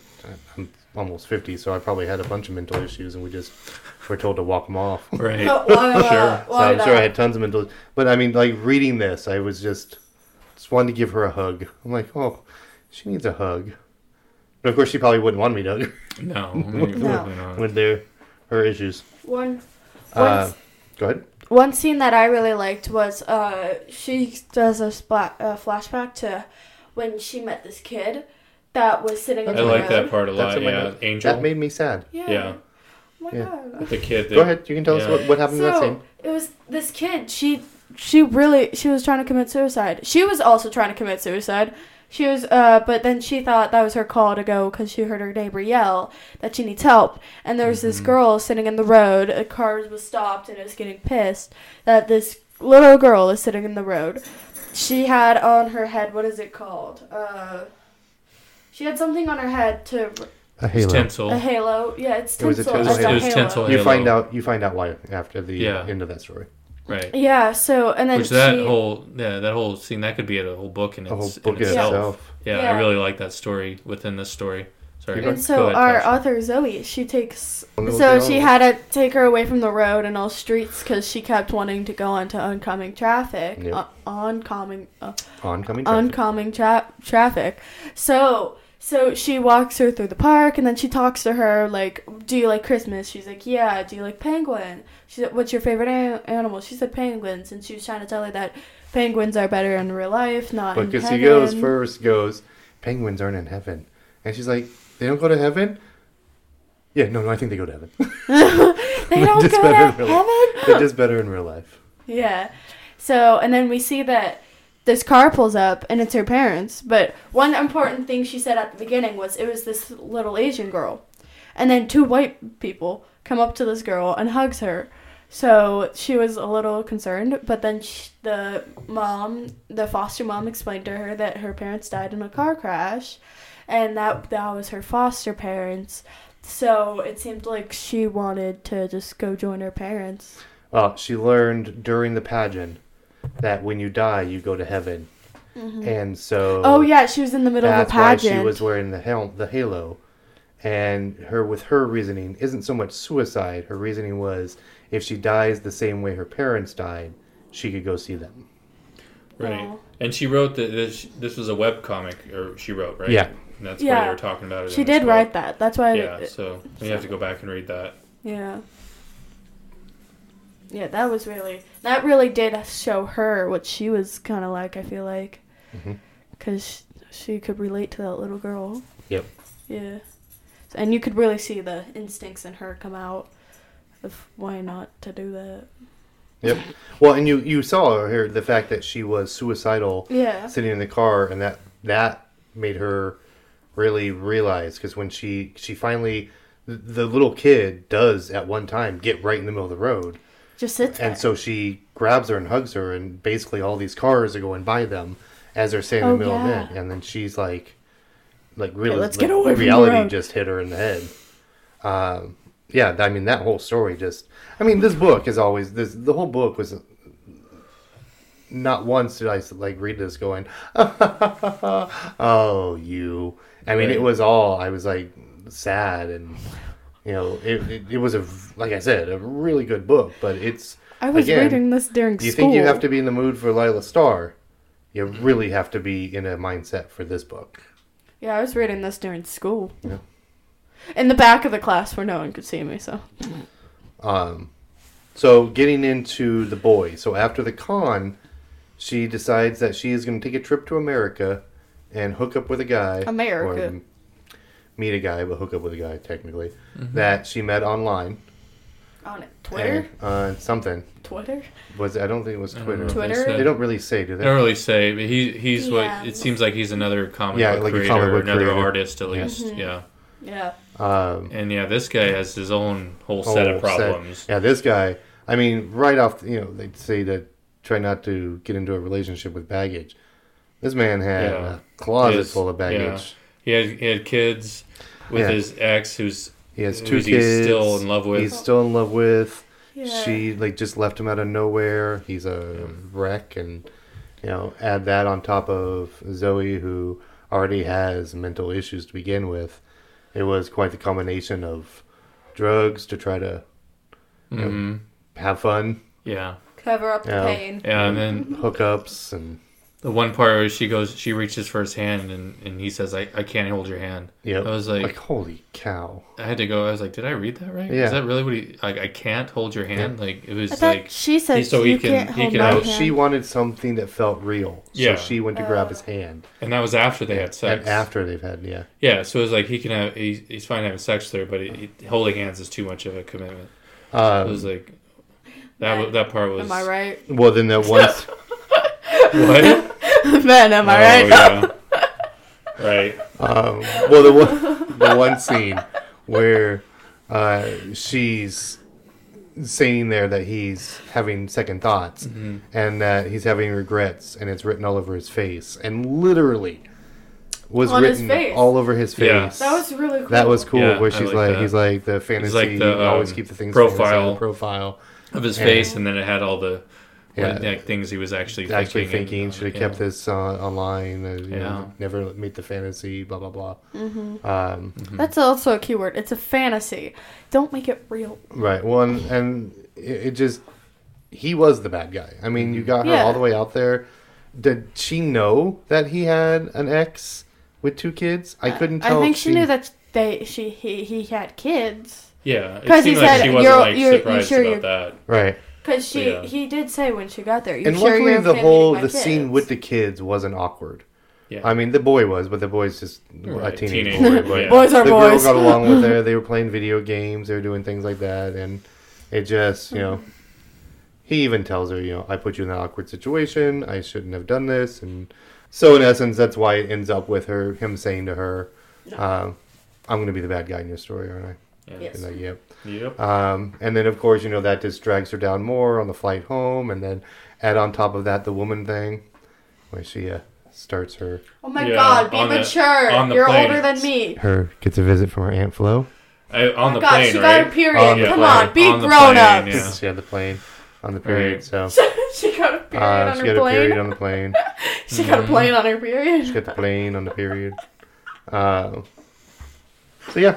B: I'm almost fifty, so I probably had a bunch of mental issues, and we just were told to walk them off.
C: right.
D: Oh, why not?
B: So
C: Sure.
D: Why
B: I'm sure I
D: not?
B: had tons of mental. But I mean, like reading this, I was just just wanted to give her a hug. I'm like, oh, she needs a hug. But of course, she probably wouldn't want me to hug her
C: No, maybe
D: No.
C: probably not.
B: with their her issues.
D: One, one,
B: Uh, go ahead.
D: one scene that I really liked was uh, she does a spla- uh, flashback to when she met this kid that was sitting in
C: I
D: the
C: like
D: road.
C: that part a
B: That's
C: lot.
B: in my
C: Yeah,
B: notes.
C: uh, Angel.
B: That made me sad.
D: Yeah.
C: yeah,
D: Oh my
B: Yeah.
D: god.
C: the kid. That,
B: Go ahead. You can tell us
C: Yeah.
B: what, what happened in that
D: So
B: scene.
D: it was this kid. She she really she was trying to commit suicide. She was also trying to commit suicide. She was uh, but then she thought that was her call to go because she heard her neighbor yell that she needs help. And there was this girl sitting in the road. A car was stopped and it was getting pissed that this little girl is sitting in the road. She had on her head what is it called? Uh, she had something on her head to
B: A
C: It's
B: halo.
D: a
C: Tinsel.
D: halo. Yeah, it's
B: It was a
D: tinsel.
B: tinsel
D: it's a
B: halo. It
C: was tinsel
B: You
C: Halo.
B: find out. You find out why after the
C: Yeah.
B: end of that story.
C: Right.
D: Yeah. So and then
C: Which that
D: she,
C: whole yeah that whole scene that could be a whole book in,
B: The whole
C: its,
B: book
C: in
B: in
C: itself.
B: itself.
C: Yeah,
D: Yeah.
C: I really like that story within this story. Sorry.
B: You're
D: And so
C: ahead,
D: our
C: Tasha.
D: author Zoe, she takes.
B: On the
D: So
B: road.
D: she had to take her away from the road and all streets because she kept wanting to go onto oncoming traffic,
B: Yep.
D: uh, oncoming, uh,
B: oncoming traffic.
D: oncoming tra- traffic. So so she walks her through the park and then she talks to her like, "Do you like Christmas?" She's like, "Yeah." "Do you like penguin?" She said, "What's your favorite a- animal?" She said, "Penguins," and she was trying to tell her that penguins are better in real life, not
B: But
D: in
B: as
D: heaven.
B: he goes first, goes, penguins aren't in heaven. And she's like, they don't go to heaven? Yeah, no, no, I think they go to heaven.
D: they don't
B: Just
D: go
B: better
D: to
B: in real life.
D: heaven.
B: They're just better in real life.
D: Yeah. So, and then we see that this car pulls up and it's her parents. But one important thing she said at the beginning was it was this little Asian girl. And then two white people come up to this girl and hugs her. So she was a little concerned, but then sh the mom, the foster mom, explained to her that her parents died in a car crash, and that that was her foster parents. So it seemed like she wanted to just go join her parents.
B: Well, she learned during the pageant that when you die, you go to heaven. And so
D: Mm-hmm. Oh yeah, she was in the middle of a
B: that's why
D: pageant.
B: she was wearing the, hel- the halo. And her, with her reasoning, isn't so much suicide. Her reasoning was if she dies the same way her parents died, she could go see them.
C: Right.
D: Oh.
C: And she wrote that this, this was a web comic, or she wrote, right?
B: Yeah.
C: And that's why
D: Yeah.
C: they were talking about it.
D: She
C: in this
D: did
C: book.
D: write that. That's why.
C: Yeah.
D: I,
C: So we have to go back and read that.
D: yeah. Yeah, that was really that really did show her what she was kind of like. I feel like,
B: Mhm.
D: because she could relate to that little girl.
B: Yep.
D: Yeah, So- and you could really see the instincts in her come out of why not to do that.
B: Yep. Well, and you, you saw her, the fact that she was suicidal
D: Yeah.
B: sitting in the car and that that made her really realize because when she she finally the- the little kid does at one time get right in the middle of the road
D: Just sits there.
B: and so she grabs her and hugs her and basically all these cars are going by them as they're standing in
D: Oh,
B: the middle
D: yeah.
B: of it and then she's like like really
D: let's
B: like,
D: get away from the
B: reality
D: road.
B: just hit her in the head um yeah i mean that whole story just i mean this book is always this the whole book was not once did I like read this going, oh you. I mean, it
C: Right.
B: was all I was like sad and you know it, it, it was a like I said a really good book, but it's
D: I was
B: again,
D: reading this during
B: Do you
D: school.
B: think you have to be in the mood for Lila Starr? You really have to be in a mindset for this book.
D: Yeah, I was reading this during school.
B: Yeah.
D: In the back of the class where no one could see me, so.
B: Um, so getting into the boy. So after the con, she decides that she is going to take a trip to America and hook up with a guy.
D: America.
B: Or meet a guy, but hook up with a guy technically
C: Mm-hmm.
B: that she met online.
D: On Twitter?
B: And, uh, something
C: Eh.
D: Twitter?
B: was I don't think it was
C: don't
B: Twitter.
C: know.
D: Twitter?
C: They said-
B: They don't really say, do
C: I
B: they?
C: don't really say, but he he's
D: Yeah.
C: what it seems like he's another comic
B: Yeah,
C: book
B: like a
C: creator,
B: comic book
C: another
B: creator.
C: artist at
B: Yeah.
C: least.
D: Mm-hmm.
C: Yeah.
D: Yeah.
B: Um,
C: And yeah, this guy has his own whole set
B: whole
C: of problems.
B: Oh, Yeah, this guy. I mean, right off, you know, they say to try not to get into a relationship with baggage. This man had
C: Yeah.
B: a closet
C: His-
B: full of baggage.
C: He had he had kids with
B: Yeah.
C: his ex, who's
B: He has
C: Who
B: two
C: is he
B: kids.
C: still in love with?
B: He's still in love with.
D: Yeah.
B: She like just left him out of nowhere. He's a wreck, and you know, add that on top of Zoe, who already has mental issues to begin with. It was quite the combination of drugs to try to
C: hmm
B: have fun,
C: yeah,
D: Cover up the
B: Yeah.
D: pain.
C: yeah. And
B: Mm-hmm.
C: then
B: hookups, and
C: the one part where she goes, she reaches for his hand, and, and he says, I, "I can't hold your hand."
B: yeah,
C: I was like,
B: like holy cow.
C: I had to go. I was like, "Did I read that right?
B: Yeah.
C: Is that really what he like? I can't hold your hand." Like it was
D: I thought
C: like
D: she said
C: he- so he
D: you
C: can-
D: can't
C: he
D: hold
C: can
D: my
B: No,
C: have-
D: hand. Oh.
B: she wanted something that felt real.
C: Yeah.
B: So she went to grab his hand.
C: And that was after they had sex.
B: And after they've had, yeah.
C: yeah, so it was like he can have he's, he's fine having sex there, but he, he- holding hands is too much of a commitment. It
B: Um,
C: was like that wa- that part was
D: Am I right?
B: well, then that once.
C: what?
D: Man, am I
C: Oh,
D: right?
C: yeah. right.
B: Um, well, the one, the one scene where uh, she's saying there that he's having second thoughts
C: Mm-hmm.
B: and that he's having regrets, and it's written all over his face, and literally was
D: On his
B: written
D: face.
B: all over his face.
C: Yeah.
D: That was really cool.
B: That was cool.
C: Yeah,
B: where
C: I
B: she's
C: like
B: like,
C: that.
B: he's like the fantasy.
C: the,
B: always
C: um,
B: keep the things fantasy on the
C: profile.
B: profile.
C: Of his
B: Yeah.
C: face, and then it had all the
B: Yeah.
C: What, like things he was actually
B: actually
C: thinking. and-
B: thinking should have
C: yeah.
B: kept this uh, online. Uh, you know,
C: Yeah.
B: never meet the fantasy. Blah blah blah.
D: Mm-hmm.
B: Um,
C: Mm-hmm.
D: That's also a keyword. It's a fantasy. Don't make it real.
B: Right. Well, and, and it, it just he was the bad guy. I mean,
C: Mm-hmm.
B: you got her
D: Yeah.
B: all the way out there. Did she know that he had an ex with two kids? I couldn't tell.
D: I
B: if
D: think she knew that they she he, he had kids.
C: Yeah, it
D: 'Cause
C: seemed
D: he
C: like
D: said,
C: she wasn't
D: "You're-
C: like
D: you're- you
C: surprised
D: sure
C: about
D: you're-
C: that.
B: Right.
D: Cause she
C: Yeah.
D: he did say when she got there. You
B: And
D: sure
B: luckily,
D: you're
B: the
D: okay
B: whole
D: meeting
B: the
D: my
B: scene
D: kids?"
B: with the kids wasn't awkward.
C: Yeah,
B: I mean, the boy was, but the boy's just a
C: Right,
B: teenage,
C: teenager,
B: boy. But
C: yeah.
D: Boys are
B: the
D: boys.
B: girl got along with her. They were playing video games. They were doing things like that, and it just, you know, he even tells her, you know, I put you in an awkward situation. I shouldn't have done this, and so in essence, that's why it ends up with her, him saying to her, uh, "I'm going to be the bad guy in your story, aren't I?"
C: yeah.
D: Yes.
B: And like, yep.
C: Yep.
B: Um, and then, of course, you know, that just drags her down more on the flight home. And then add on top of that the woman thing where she uh, starts her,
D: Oh my
C: Yeah,
D: god, be
C: on the-
D: mature.
C: on the
D: You're
C: plane.
D: older than me.
B: her gets a visit from her Aunt Flo.
C: I, on the
D: god,
C: plane,
D: she
C: right?
D: Oh got a period.
B: On the
D: Come
B: plane.
D: on, be
C: On the
D: grown
C: plane,
D: up.
C: yeah.
B: She had the plane on the period.
C: Right.
B: So
D: she got a period
B: uh,
D: on
B: she
D: her
B: got a
D: plane.
B: period on the plane.
D: she
C: Mm-hmm.
D: got a plane on her period.
B: She got the plane on the period. Uh, so, yeah.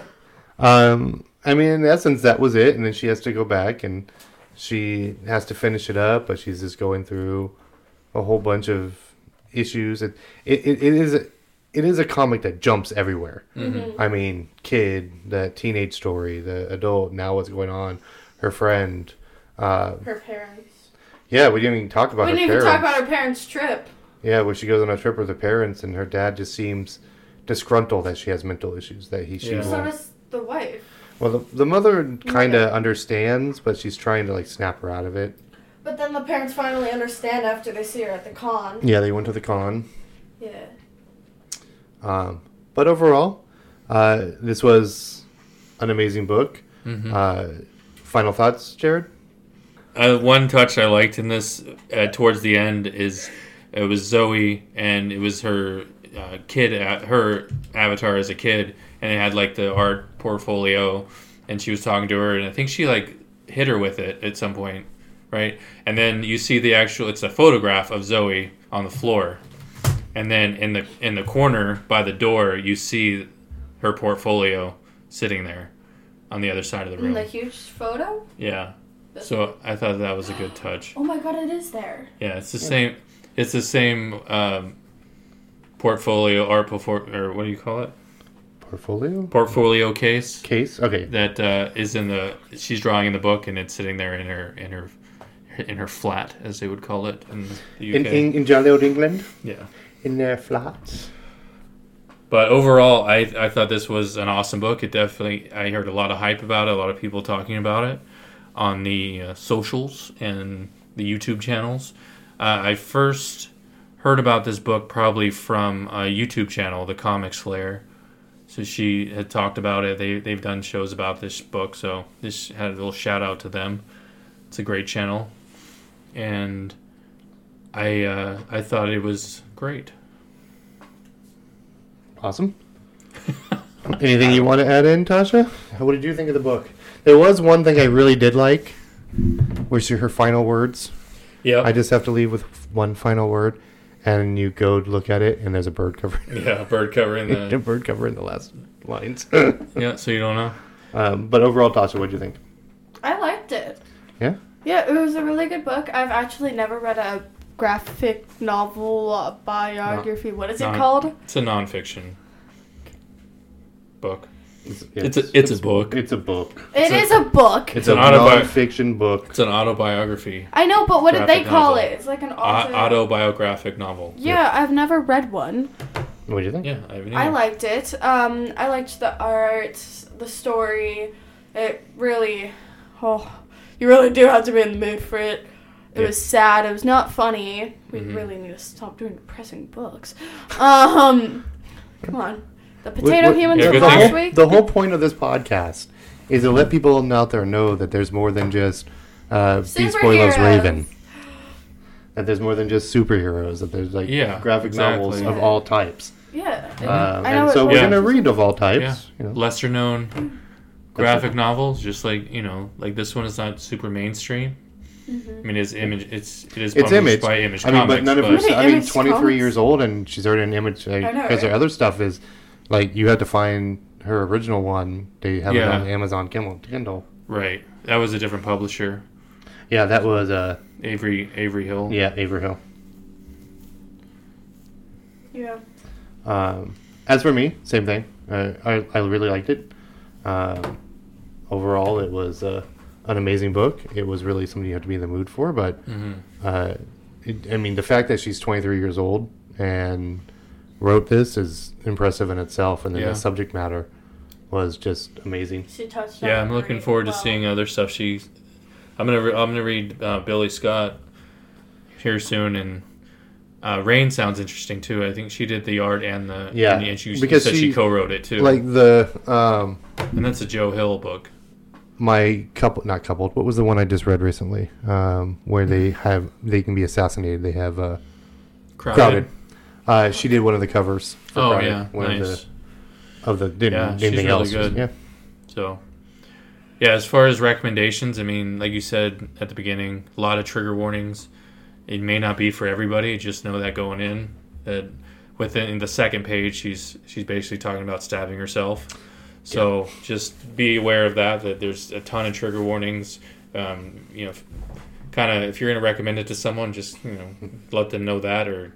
B: Um, I mean, in essence, that was it. And then she has to go back and she has to finish it up, but she's just going through a whole bunch of issues. It it, it, it is it is a comic that jumps everywhere.
D: Mm-hmm.
B: I mean, kid, the teenage story, the adult, now what's going on, her friend. Uh,
D: Her parents.
B: yeah, we didn't even talk about
D: we
B: her
D: didn't even
B: parents.
D: talk about her parents' trip.
B: Yeah, where she goes on a trip with her parents, and her dad just seems disgruntled that she has mental issues. That he she
C: Yeah.
D: So
B: won't.
D: does the wife.
B: Well, the, the mother kind of understands, but she's trying to like snap her out of it.
D: But then the parents finally understand after they see her at the con.
B: Yeah, they went to the con.
D: Yeah.
B: Um, but overall, uh, this was an amazing book. Uh, final thoughts, Jared?
C: Uh, one touch I liked in this uh, towards the end is it was Zoe and it was her uh, kid, a- her avatar as a kid, and it had like the art portfolio, and she was talking to her, and I think she like hit her with it at some point, right? And then you see the actual it's a photograph of Zoe on the floor, and then in the in the corner by the door you see her portfolio sitting there on the other side of the room.
D: And the huge photo?
C: Yeah. So I thought that was a good touch.
D: Oh my god, it is there.
C: Yeah, it's the same. It's the same um, portfolio art portfolio or what do you call it?
B: Portfolio
C: Portfolio case
B: case. Okay,
C: that uh, is in the she's drawing in the book and it's sitting there in her in her in her flat as they would call it in the
B: in,
C: UK.
B: in in jolly old England,
C: yeah.
B: in their flats.
C: But overall, I, I thought this was an awesome book. It definitely, I heard a lot of hype about it, a lot of people talking about it on the uh, socials and the YouTube channels. Uh, I first heard about this book probably from a YouTube channel, The Comics Slayer. So she had talked about it. They, they've done shows about this book. So this had a little shout out to them. It's a great channel. And I, uh, I thought it was great.
B: Awesome. Anything you want to add in, Tasha? What did you think of the book? There was one thing I really did like, which are her final words.
C: Yeah.
B: I just have to leave with one final word, and you go look at it, and there's a bird covering
C: Yeah, bird covering
B: a
C: the.
B: bird covering the last lines.
C: yeah, so you don't know.
B: um, but overall, Tasha, what do you think?
D: I liked it.
B: Yeah.
D: Yeah, it was a really good book. I've actually never read a graphic novel, a biography. what is
C: non-
D: it called?
C: It's a nonfiction book.
B: It's,
C: It's a it's a book.
B: It's a book.
D: It's a, book.
B: It's, a
C: an autobi-
B: nonfiction book.
C: It's an autobiography,
D: I know, but what did they
C: graphic
D: call
C: novel.
D: it? It's like an
C: a-
D: author.
C: autobiographic novel.
D: yeah, I've never read one.
B: What do you think?
C: Yeah, I mean,
D: I liked it. Um, I liked the art, the story. It really, oh, you really do have to be in the mood for it. It
B: Yeah.
D: was sad. It was not funny. We
C: Mm-hmm.
D: really need to stop doing depressing books. Um, come on, the potato
B: What- what-
D: humans
C: Yeah,
D: from
C: good
B: the,
C: thing.
D: last
B: whole,
D: week.
B: the whole point of this podcast is to let people out there know that there's more than just uh, Beast Boy Loves
D: Superheroes.
B: Raven. That there's more than just superheroes. That there's like
C: Yeah,
B: graphic novels
C: exactly.
B: of all types.
D: yeah,
C: Uh,
B: Um,
D: I know
B: and
D: it
B: so we're
D: was-
B: gonna read of all
C: yeah,
B: types. You know.
C: lesser known graphic novels, just like you know, like this one is not super mainstream. I mean, it's image. It's it is
B: It's
C: published
B: image.
C: by Image
B: I mean,
C: Comics,
B: but none of her.
C: but-
D: What are
B: I mean,
D: Image
B: 23
D: comics?
B: years old, and she's already an image because
D: know,
B: her
D: right?
B: other stuff is like you have to find her original one. They have
C: Yeah.
B: it on Amazon Kindle. Kindle.
C: right. That was a different publisher,
B: Yeah, that was uh,
C: Avery Avery Hill.
B: yeah, Averhill.
D: Yeah.
B: Um, as for me, same thing. Uh, I I really liked it. Um, overall, it was uh, an amazing book. It was really something you have to be in the mood for. But
C: Mm-hmm.
B: uh, it, I mean, the fact that she's 23 years old and wrote this is impressive in itself. And then
C: Yeah.
B: the subject matter was just amazing.
D: She touched
C: Yeah, I'm looking forward to seeing other stuff. She, I'm gonna re- I'm gonna read uh, Billy Scott here soon, and uh, Rain sounds interesting too. I think she did the art and the
B: Yeah,
C: and she,
B: because
C: said she,
B: she-
C: co-wrote it too.
B: Like the um,
C: and that's a Joe Hill book.
B: my couple, not coupled. What was the one I just read recently? Um, where they have they can be assassinated. They have uh, crowded. Uh, she did one of the covers. For
C: Oh
B: Crowded,
C: yeah,
B: one of the
C: nice.
B: of the didn't
C: Yeah, she's
B: anything
C: really
B: else.
C: good.
B: Yeah,
C: So, yeah, as far as recommendations, I mean, like you said at the beginning, a lot of trigger warnings. It may not be for everybody. Just know that going in, that within the second page, she's she's basically talking about stabbing herself. So just be aware of that. That there's a ton of trigger warnings. Um, you know, kind of if you're going to recommend it to someone, just you know, let them know that, or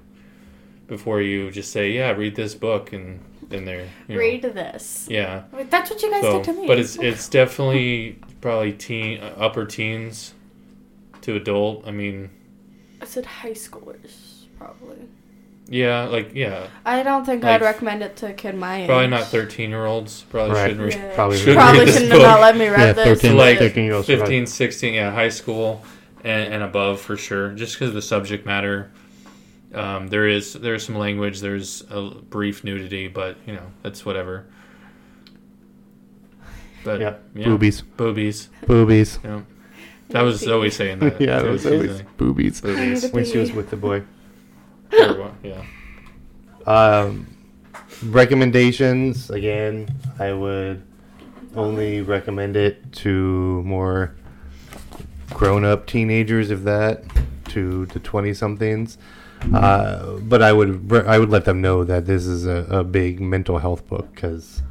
C: before you just say, yeah, read this book, and then they're you know,
D: Read this.
C: Yeah.
D: Wait, that's what you guys
C: So,
D: did to me.
C: but it's it's definitely probably teen uh, upper teens to adult. I mean,
D: I said high schoolers probably.
C: yeah, like yeah,
D: I don't think
C: Like,
D: I'd recommend it to a kid my age.
C: probably not thirteen year olds. Probably
B: Right.
C: shouldn't read.
D: Yeah.
B: probably
C: Should
D: Probably
C: read this
D: shouldn't
C: book.
D: have not let me read
B: Yeah,
D: this.
B: 13,
C: like
B: 13 year olds should
C: 15, 16, yeah, high school and, and above for sure. Just because of the subject matter, um, there is there is some language. There's a l- brief nudity, but you know that's whatever. But
B: yeah.
C: yeah,
B: boobies,
C: boobies.
B: boobies.
C: Yeah, that was Zoe saying that.
B: yeah,
C: too.
B: it was
C: She's
B: always
C: like,
B: boobies
C: boobies.
B: when she was with the boy.
C: Or, yeah.
B: Um, recommendations again. I would only recommend it to more grown-up teenagers, if that, to to twenty-somethings. Uh, but I would re- I would let them know that this is a, a big mental health book because,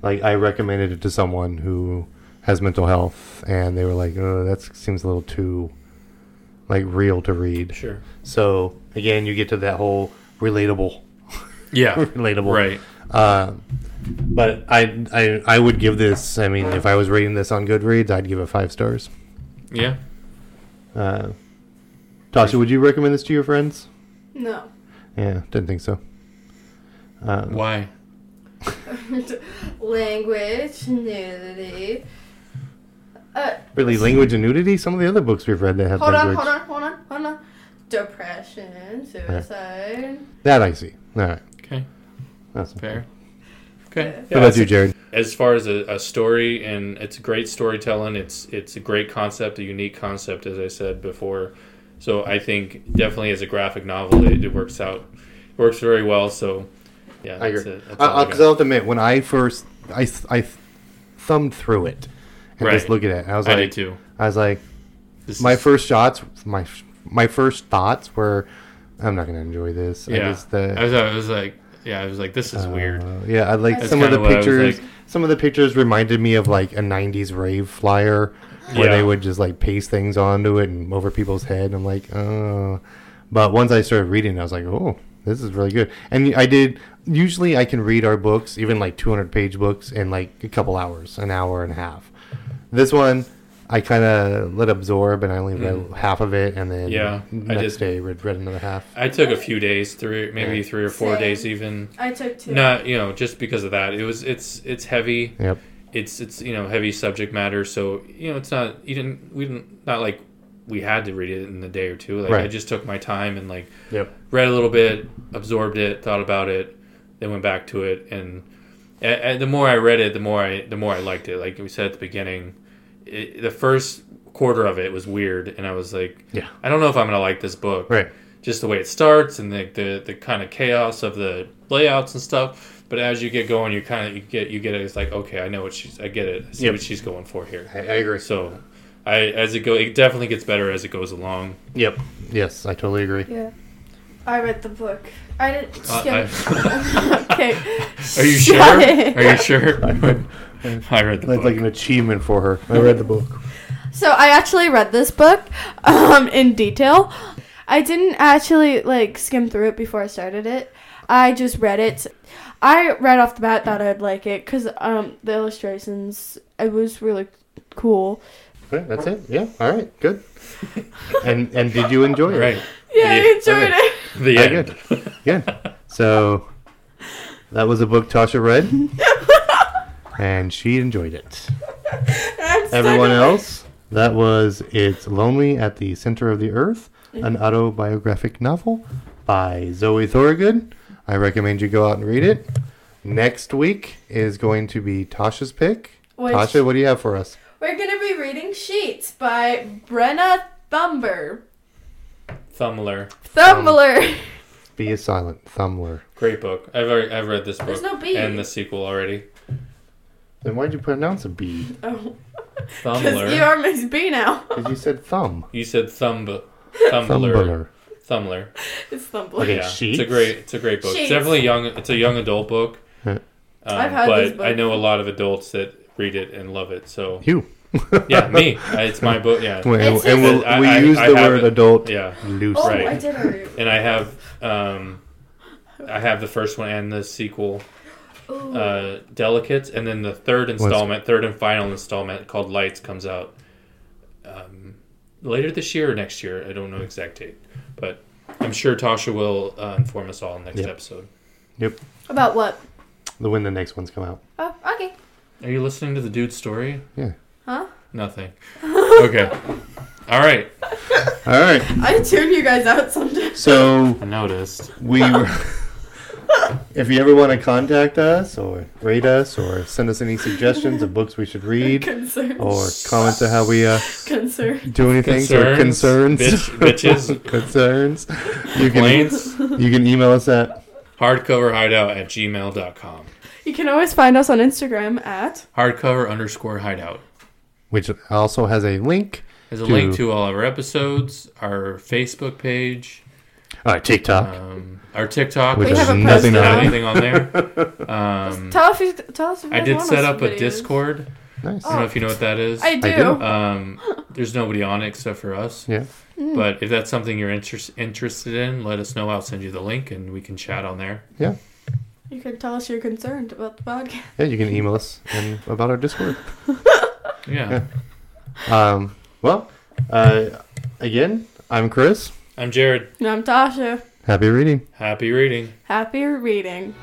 B: like, I recommended it to someone who has mental health, and they were like, "Oh, that seems a little too." Like real to read.
C: Sure.
B: So again, you get to that whole relatable
C: Yeah.
B: relatable.
C: right.
B: Um, but I, I I would give this. I mean, if I was reading this on Goodreads, I'd give it five stars.
C: Yeah.
B: Uh, Tasha, would you recommend this to your friends?
D: No.
B: Yeah, didn't think so. Um,
C: Why?
D: Language, nudity. Uh,
B: really, language and nudity. Some of the other books we've read that have
D: hold on,
B: language.
D: hold on, hold on, hold on. Depression, suicide.
B: That I see. All right,
C: Okay.
B: that's
C: Fair. Okay.
B: What about you, Jared?
C: As far as a, a story, and it's great storytelling. It's it's a great concept, a unique concept, as I said before. So I think definitely as a graphic novel, it, it works out, works very well. So yeah,
B: I
C: that's
B: agree.
C: it. That's all I
B: Because
C: got.
B: I'll have to admit, when I first I th- I th- thumbed through it and just
C: Right.
B: look at it, I was
C: I
B: like,
C: did too.
B: I was like,
C: This
B: my
C: is-
B: first shots, my my first thoughts were, I'm not gonna enjoy this. I
C: yeah.
B: just, uh,
C: I, was, I was like, yeah, I was like, this is weird.
B: Uh, yeah, I like
C: That's
B: some of
C: kinda
B: the
C: what I was
B: pictures.
C: like.
B: Some of the pictures reminded me of like a '90s rave flyer, where
C: Yeah.
B: they would just like paste things onto it and over people's head. I'm like, oh. But once I started reading, I was like, oh, this is really good. And I did. Usually, I can read our books, even like 200 page books, in like a couple hours, an hour and a half. This one. I kind of let absorb, and I only read half of it, and then
C: Mm. Yeah, I
B: next
C: just-
B: day read, read another half.
C: I took a few days, three maybe
B: Yeah.
C: three or four
D: Same.
C: days even.
D: I took two.
C: Not you know just because of that. It was it's it's heavy.
B: Yep.
C: it's it's you know heavy subject matter so you know it's not you didn't we didn't not like we had to read it in a day or two like i
B: Right.
C: just took my time and like
B: Yep.
C: read a little bit absorbed it thought about it then went back to it and, and, and the more i read it the more i the more i liked it like we said at the beginning it, the first quarter of it was weird and i was like
B: Yeah.
C: i don't know if i'm gonna like this book
B: Right.
C: just the way it starts and the, the, the kind of chaos of the layouts and stuff. But as you get going, you kind of you get you get it. It's like okay, I know what she's I get it. I see
B: Yep.
C: what she's going for here.
B: I, I agree.
C: So I as it go, it definitely gets better as it goes along.
B: Yep. Yes, I totally agree.
D: Yeah. I read the book. I didn't.
C: Uh,
D: skip.
C: I-
D: okay.
C: Are you sure?
D: Shut it.
C: Are you sure? I read the
B: That's
C: book.
B: like an achievement for her. I read the book.
D: So I actually read this book um, in detail. I didn't actually like skim through it before I started it. I just read it. I right off the bat thought I'd like it because um, the illustrations it was really cool.
B: Okay, that's it. Yeah. All right. Good. and and did you enjoy it?
C: right.
D: Yeah,
C: Yeah,
D: I enjoyed
C: okay.
D: it.
C: The
B: Very
C: end.
B: Yeah. So that was a book Tasha read, and she enjoyed it.
D: I'm so
B: Everyone
D: glad.
B: else, that was It's Lonely at the Center of the Earth, an autobiographic novel by Zoe Thorogood. I recommend you go out and read it. Next week is going to be Tasha's pick.
D: Which-
B: Tasha, what do you have for us?
D: We're gonna be reading Sheets by Brenna Thumber.
C: Thumbler.
D: Thumbler.
B: Be a silent thumbler.
C: Great book. I've already, I've read this book
D: There's no B.
C: and the sequel already.
B: Then why'd you pronounce a B?
D: Oh,
C: Thumbler.
D: because you are Miss B now.
B: Because you said thumb.
C: You said thumb. Thumbler.
B: Thumbler.
C: Thumbler.
D: It's Thumbler.
B: Okay,
C: yeah,
B: Sheets?
C: it's a great, it's a great book.
D: Sheets.
C: It's definitely young. It's a young adult book.
B: Huh.
C: Um,
D: I've had
C: but
D: this book.
C: I know a lot of adults that read it and love it. So
B: You.
C: yeah, me. I- It's my book. Yeah,
B: Wait,
D: It's
B: and
D: his-
B: we'll,
C: I-
B: we
C: I-
B: use
C: I
B: the
C: have
B: word
C: it.
B: adult
C: yeah.
B: loosely.
D: Oh,
C: Right.
D: I did already.
C: And I have, um, I have the first one and the sequel,
D: Ooh.
C: uh, Delicates, and then the third installment, third and final installment called Lights comes out um, later this year or next year. I don't know exact date, but I'm sure Tasha will uh, inform us all next
B: Yep.
C: episode.
D: About what?
B: The when the next ones come out.
D: Oh, okay.
C: Are you listening to the dude's story?
B: Yeah.
D: Huh?
C: Nothing. Okay. All right.
B: All right.
D: I tune you guys out sometimes.
B: So
C: I noticed.
B: we were, if you ever want to contact us or rate us or send us any suggestions of books we should read
D: Concern.
C: Oh.
B: or comments on how we uh,
D: Concern.
B: do anything or concerns
C: Bitch, bitches.
B: concerns you can
C: Complaints.
B: you can email us at
C: Hardcover hideout at gmail.com.
D: You can always find us on Instagram at.
C: Hardcover underscore hideout.
B: which also has a link
C: There's a
B: To-
C: link to all of our episodes, our Facebook page,
B: all right TikTok
C: um, our TikTok.
B: which
D: We
B: has
D: haven't
B: nothing
D: posted
C: not
B: on it
C: anything on there. Um,
D: Tell us. If, tell us. If you
C: I
D: guys
C: did
D: want
C: set
D: us
C: up a
D: videos.
C: Discord.
B: nice
C: I don't know if you know what that is.
D: I do.
B: do.
C: Um, there's nobody on it except for us.
B: yeah
D: Mm.
C: But if that's something you're interest, interested in, let us know. I'll send you the link and we can chat on there.
D: You can tell us you're concerned about the podcast.
B: yeah you can email us and about our Discord
C: Yeah.
B: Yeah. um well uh, again I'm Chris
C: I'm Jared.
D: And I'm Tasha.
B: happy reading.
C: Happy reading.
D: Happy reading.